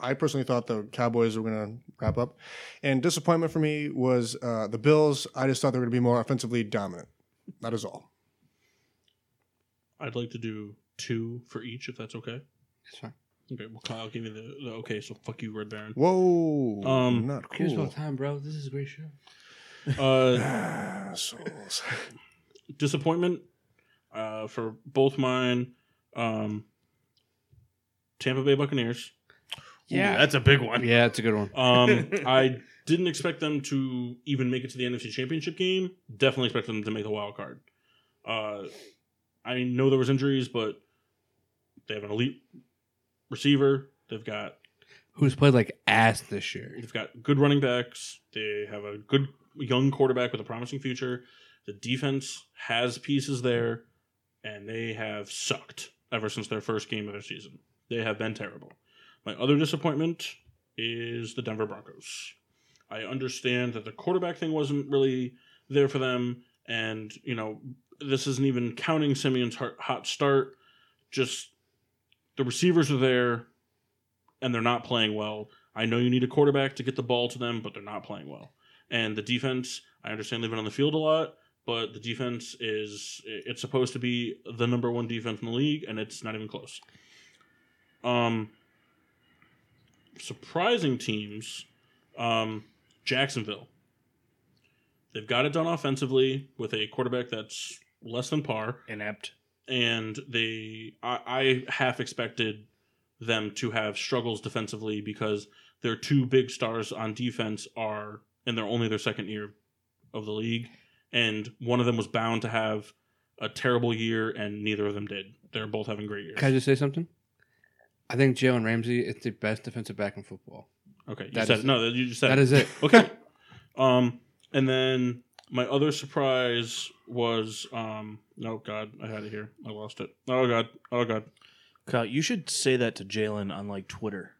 Speaker 4: I personally thought the Cowboys were going to wrap up, and disappointment for me was uh, the Bills. I just thought they were going to be more offensively dominant. That is all.
Speaker 1: I'd like to do two for each, if that's okay.
Speaker 3: It's fine.
Speaker 1: Okay, well, Kyle gave me the, the okay, so fuck you, Red Baron.
Speaker 4: Whoa,
Speaker 1: Um,
Speaker 4: not
Speaker 3: Here's about
Speaker 4: cool.
Speaker 3: time, bro. This is a great show.
Speaker 1: Uh,
Speaker 4: Assholes.
Speaker 1: disappointment uh, for both mine. Um, Tampa Bay Buccaneers.
Speaker 2: Ooh, that's a big one.
Speaker 3: yeah, it's a good one.
Speaker 1: Um, I didn't expect them to even make it to the NFC Championship game. Definitely expect them to make the wild card. Uh, I know there was injuries, but they have an elite receiver. They've got
Speaker 3: Who's played like ass this year?
Speaker 1: They've got good running backs. They have a good young quarterback with a promising future. The defense has pieces there, and they have sucked ever since their first game of their season. They have been terrible. My other disappointment is the Denver Broncos. I understand that the quarterback thing wasn't really there for them, and you know this isn't even counting Simeon's hot hot start. Just the receivers are there, and they're not playing well. I know you need a quarterback to get the ball to them, but they're not playing well. And the defense, I understand they've been on the field a lot, but the defense is it's supposed to be the number one defense in the league, and it's not even close. Um, surprising teams, um, Jacksonville. They've got it done offensively with a quarterback that's less than par
Speaker 2: Inept.
Speaker 1: and they I, I half expected them to have struggles defensively because their two big stars on defense are and they're only their second year of the league and one of them was bound to have a terrible year and neither of them did they're both having great years
Speaker 3: Can I just say something? I think Jalen Ramsey is the best defensive back in football.
Speaker 1: okay you
Speaker 3: that
Speaker 1: said
Speaker 3: is
Speaker 1: it. no you just said
Speaker 3: That
Speaker 1: it.
Speaker 3: is it.
Speaker 1: okay um and then My other surprise was um oh god, I had it here. I lost it. Oh god. Oh god.
Speaker 2: Kyle, you should say that to Jalen on like Twitter.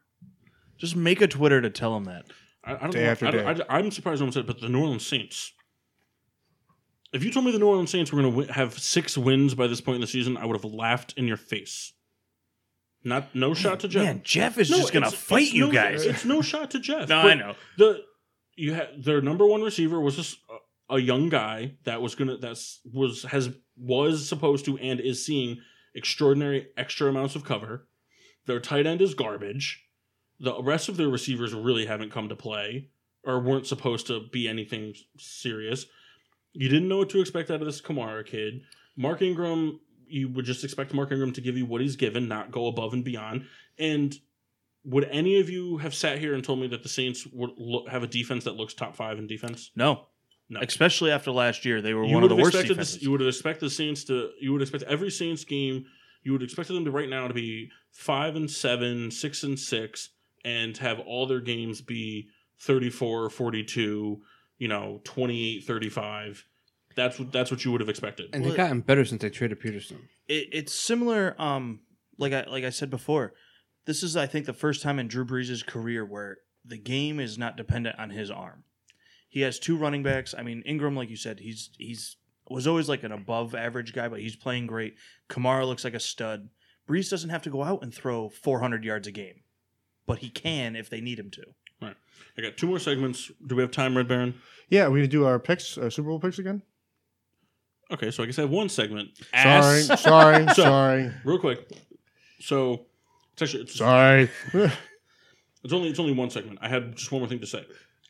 Speaker 2: Just make a Twitter to tell him that.
Speaker 1: I, I don't
Speaker 4: Day
Speaker 1: know.
Speaker 4: after
Speaker 1: I,
Speaker 4: day.
Speaker 1: don't- I, am surprised no one said it, but the New Orleans Saints. If you told me the New Orleans Saints were going to w- have six wins by this point in the season, I would have laughed in your face. Not no shot to Jeff.
Speaker 2: Man, Jeff is
Speaker 1: No,
Speaker 2: just gonna
Speaker 1: it's-
Speaker 2: fight
Speaker 1: it's
Speaker 2: you
Speaker 1: no-
Speaker 2: guys.
Speaker 1: It's no shot to Jeff.
Speaker 2: no,
Speaker 1: but
Speaker 2: I know.
Speaker 1: The you had their number one receiver was just a, a young guy that was gonna that's was has was supposed to and is seeing extraordinary extra amounts of cover. Their tight end is garbage. The rest of their receivers really haven't come to play or weren't supposed to be anything serious. You didn't know what to expect out of this Kamara kid. Mark Ingram, you would just expect Mark Ingram to give you what he's given, not go above and beyond. And would any of you have sat here and told me that the Saints would lo- have a defense that looks top five in defense?
Speaker 2: No.
Speaker 1: No.
Speaker 2: Especially after last year, they were
Speaker 1: You
Speaker 2: one of
Speaker 1: would
Speaker 2: the
Speaker 1: have
Speaker 2: worst
Speaker 1: expected
Speaker 2: defenses.
Speaker 1: this, you would have expected the Saints to you would expect every Saints game you would expect them to right now to be five and seven, six and six, and have all their games be 34, 42, you know, 28, 35. That's what that's what you would have expected.
Speaker 3: And
Speaker 2: Well-
Speaker 3: they've gotten better since they traded Peterson.
Speaker 2: it, it's similar. Um, like I like I said before, this is I think the first time in Drew Brees' career where the game is not dependent on his arm. He has two running backs. I mean Ingram, like you said, he's he's was always like an above average guy, but he's playing great. Kamara looks like a stud. Brees doesn't have to go out and throw 400 yards a game, but he can if they need him to.
Speaker 1: I got two more segments. Do we have time, Red Baron?
Speaker 4: Yeah, we do our picks, our Super Bowl picks again.
Speaker 1: Okay, so I guess I have one segment.
Speaker 4: Sorry,
Speaker 1: Ass.
Speaker 4: sorry,
Speaker 1: So-
Speaker 4: sorry,
Speaker 1: Real quick. So it's actually it's
Speaker 4: sorry.
Speaker 1: It's only it's only one segment. I had just one more thing to say.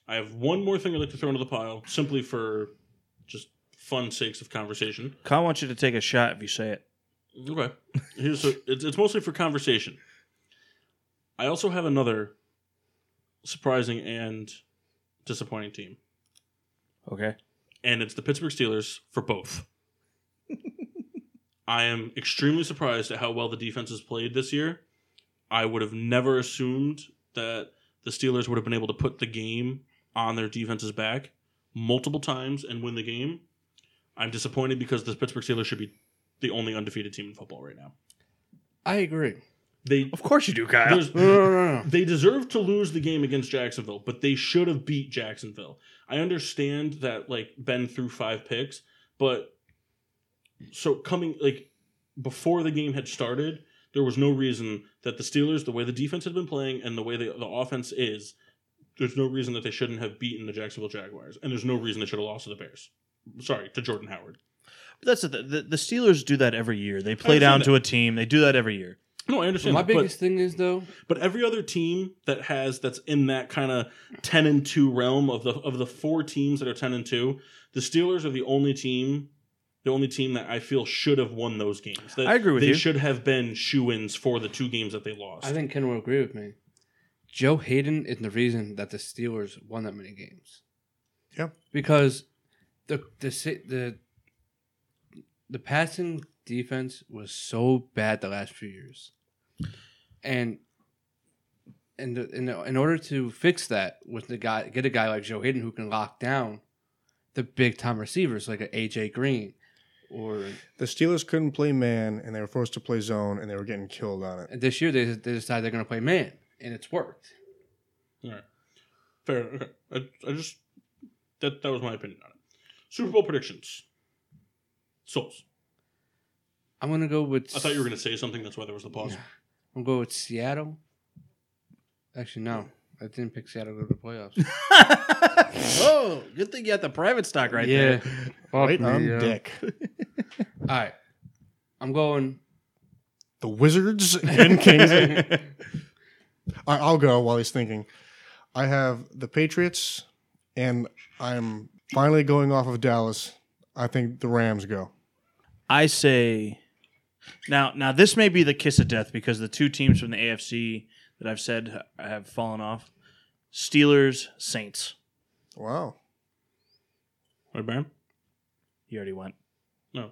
Speaker 1: I have one more thing I'd like to throw into the pile, simply for just fun sakes of conversation.
Speaker 2: Kyle wants you to take a shot if you say it.
Speaker 1: Okay, here's a, it's it's mostly for conversation. I also have another surprising and disappointing team,
Speaker 2: Okay.
Speaker 1: and it's the Pittsburgh Steelers for both. I am extremely surprised at how well the defense has played this year. I would have never assumed that the Steelers would have been able to put the game on their defense's back multiple times and win the game. I'm disappointed because the Pittsburgh Steelers should be the only undefeated team in football right now.
Speaker 3: I agree.
Speaker 1: They
Speaker 2: Of course you do, Kyle.
Speaker 1: there's-
Speaker 3: No, no, no, no, no.
Speaker 1: they deserve to lose the game against Jacksonville, but they should have beat Jacksonville. I understand that like Ben threw five picks, but so coming like before the game had started, there was no reason that the Steelers, the way the defense had been playing and the way the, the offense is, there's no reason that they shouldn't have beaten the Jacksonville Jaguars, and there's no reason they should have lost to the Bears. Sorry, to Jordan Howard.
Speaker 2: That's the, the the Steelers do that every year. They play
Speaker 1: understand
Speaker 2: down
Speaker 1: that.
Speaker 2: to a team. They do that every year.
Speaker 1: No, I understand.
Speaker 3: My
Speaker 1: that, but-
Speaker 3: biggest thing is though,
Speaker 1: But every other team that has that's in that kind of ten and two realm of the of the four teams that are ten and two, the Steelers are the only team, the only team that I feel should have won those games. That
Speaker 2: I agree with
Speaker 1: they
Speaker 2: you.
Speaker 1: should have been shoe ins for the two games that they lost.
Speaker 3: I think Ken will agree with me. Joe Hayden is the reason that the Steelers won that many games.
Speaker 4: Yeah.
Speaker 3: Because the the si- the the passing defense was so bad the last few years. And and the, in, in order to fix that with the guy get a guy like Joe Hayden who can lock down the big time receivers like a AJ Green or
Speaker 4: the Steelers couldn't play man, and they were forced to play zone, and they were getting killed on it.
Speaker 3: and this year they they decide they're going to play man and it's worked.
Speaker 1: Fair. Okay. I, I just that that was my opinion on it. Super Bowl predictions. Souls.
Speaker 3: I'm going to go with
Speaker 1: I thought you were going to say something. That's why there was the pause.
Speaker 3: Yeah. I'll go with Seattle. Actually, no. I didn't pick Seattle to go to the playoffs.
Speaker 2: oh, good thing you got the private stock right
Speaker 3: Yeah.
Speaker 2: there.
Speaker 3: Fuck
Speaker 4: right
Speaker 3: me,
Speaker 4: on
Speaker 3: yeah.
Speaker 4: deck.
Speaker 3: All right. I'm going.
Speaker 4: The Wizards and Kings. I, I'll go while he's thinking. I have the Patriots, and I'm finally going off of Dallas. I think the Rams go.
Speaker 2: I say now now this may be the kiss of death because the two teams from the AFC that I've said have fallen off. Steelers, Saints.
Speaker 4: Wow.
Speaker 1: Right, Baron?
Speaker 2: You already went.
Speaker 1: No.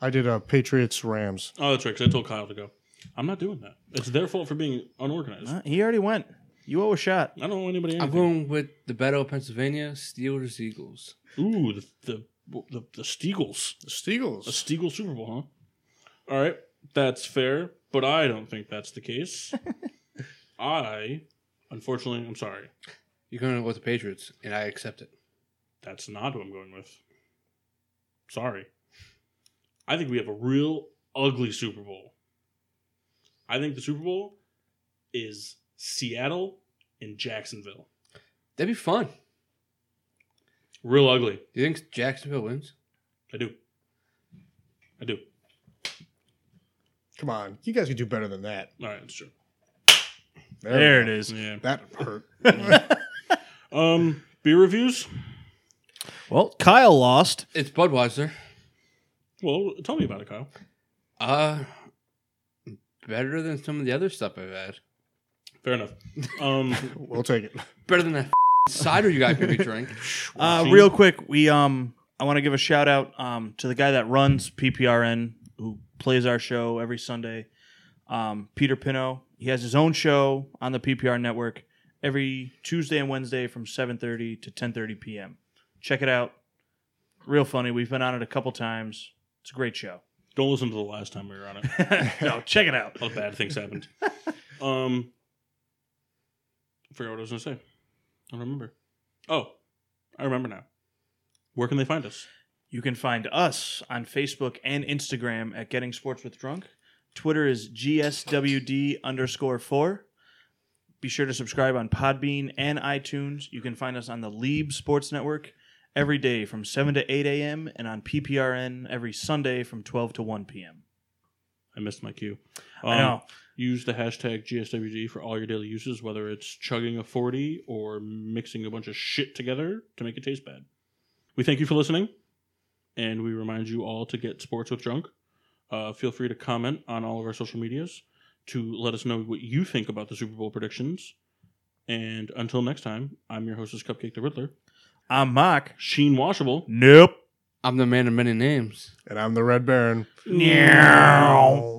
Speaker 4: I did a Patriots Rams.
Speaker 1: Oh, that's right. Because I told Kyle to go. I'm not doing that. It's their fault for being unorganized.
Speaker 2: Uh, he already went. You owe a shot.
Speaker 1: I don't know anybody.
Speaker 3: I'm
Speaker 1: Anything.
Speaker 3: going with the Battle of Pennsylvania, Steelers Eagles.
Speaker 1: Ooh, the the the, the Steagles,
Speaker 4: The
Speaker 1: a
Speaker 4: Steagles.
Speaker 1: Steagle Super Bowl, huh? All right, that's fair, but I don't think that's the case. I, unfortunately, I'm sorry.
Speaker 3: You're going to go with the Patriots, and I accept it.
Speaker 1: That's not who I'm going with. Sorry. I think we have a real ugly Super Bowl. I think the Super Bowl is Seattle and Jacksonville.
Speaker 3: That'd be fun.
Speaker 1: Real ugly.
Speaker 3: Do you think Jacksonville wins?
Speaker 1: I do. I do.
Speaker 4: Come on, you guys could do better than that.
Speaker 1: All right, that's true.
Speaker 2: There it is.
Speaker 1: Yeah.
Speaker 4: That hurt.
Speaker 1: Um, beer reviews.
Speaker 2: Well, Kyle lost.
Speaker 3: It's Budweiser.
Speaker 1: Well, tell me about it, Kyle.
Speaker 3: Uh, better than some of the other stuff I've had.
Speaker 1: Fair enough. Um,
Speaker 4: we'll take it.
Speaker 3: Better than that cider you guys made me drink.
Speaker 2: Uh,
Speaker 1: Gene?
Speaker 2: real quick, we um, I want to give a shout out um to the guy that runs PPRN, who plays our show every Sunday. Um, Peter Pino. He has his own show on the PPR network every Tuesday and Wednesday from 7:30 to 10:30 p.m. Check it out. Real funny. We've been on it a couple times. It's a great show.
Speaker 1: don't listen to the last time we were on it.
Speaker 2: no, check it out.
Speaker 1: A lot of bad things happened. Um, I forgot what I was going to say. I don't remember. Oh, I remember now. Where can they find us?
Speaker 2: You can find us on Facebook and Instagram at Getting Sports with Drunk. Twitter is GSWD underscore four. Be sure to subscribe on Podbean and iTunes. You can find us on the Lieb Sports Network every day from 7 to 8 a.m. and on PPRN every Sunday from 12 to 1 p.m.
Speaker 1: I missed my cue. Um,
Speaker 2: I know.
Speaker 1: Use the hashtag GSWG for all your daily uses, whether it's chugging a 40 or mixing a bunch of shit together to make it taste bad. We thank you for listening, and we remind you all to get sports with drunk. Uh, feel free to comment on all of our social medias to let us know what you think about the Super Bowl predictions. And until next time, I'm your hostess, Cupcake the Riddler,
Speaker 2: I'm Mock.
Speaker 1: Sheen Washable.
Speaker 2: Nope.
Speaker 3: I'm the man of many names.
Speaker 4: And I'm the Red Baron.
Speaker 2: Meow.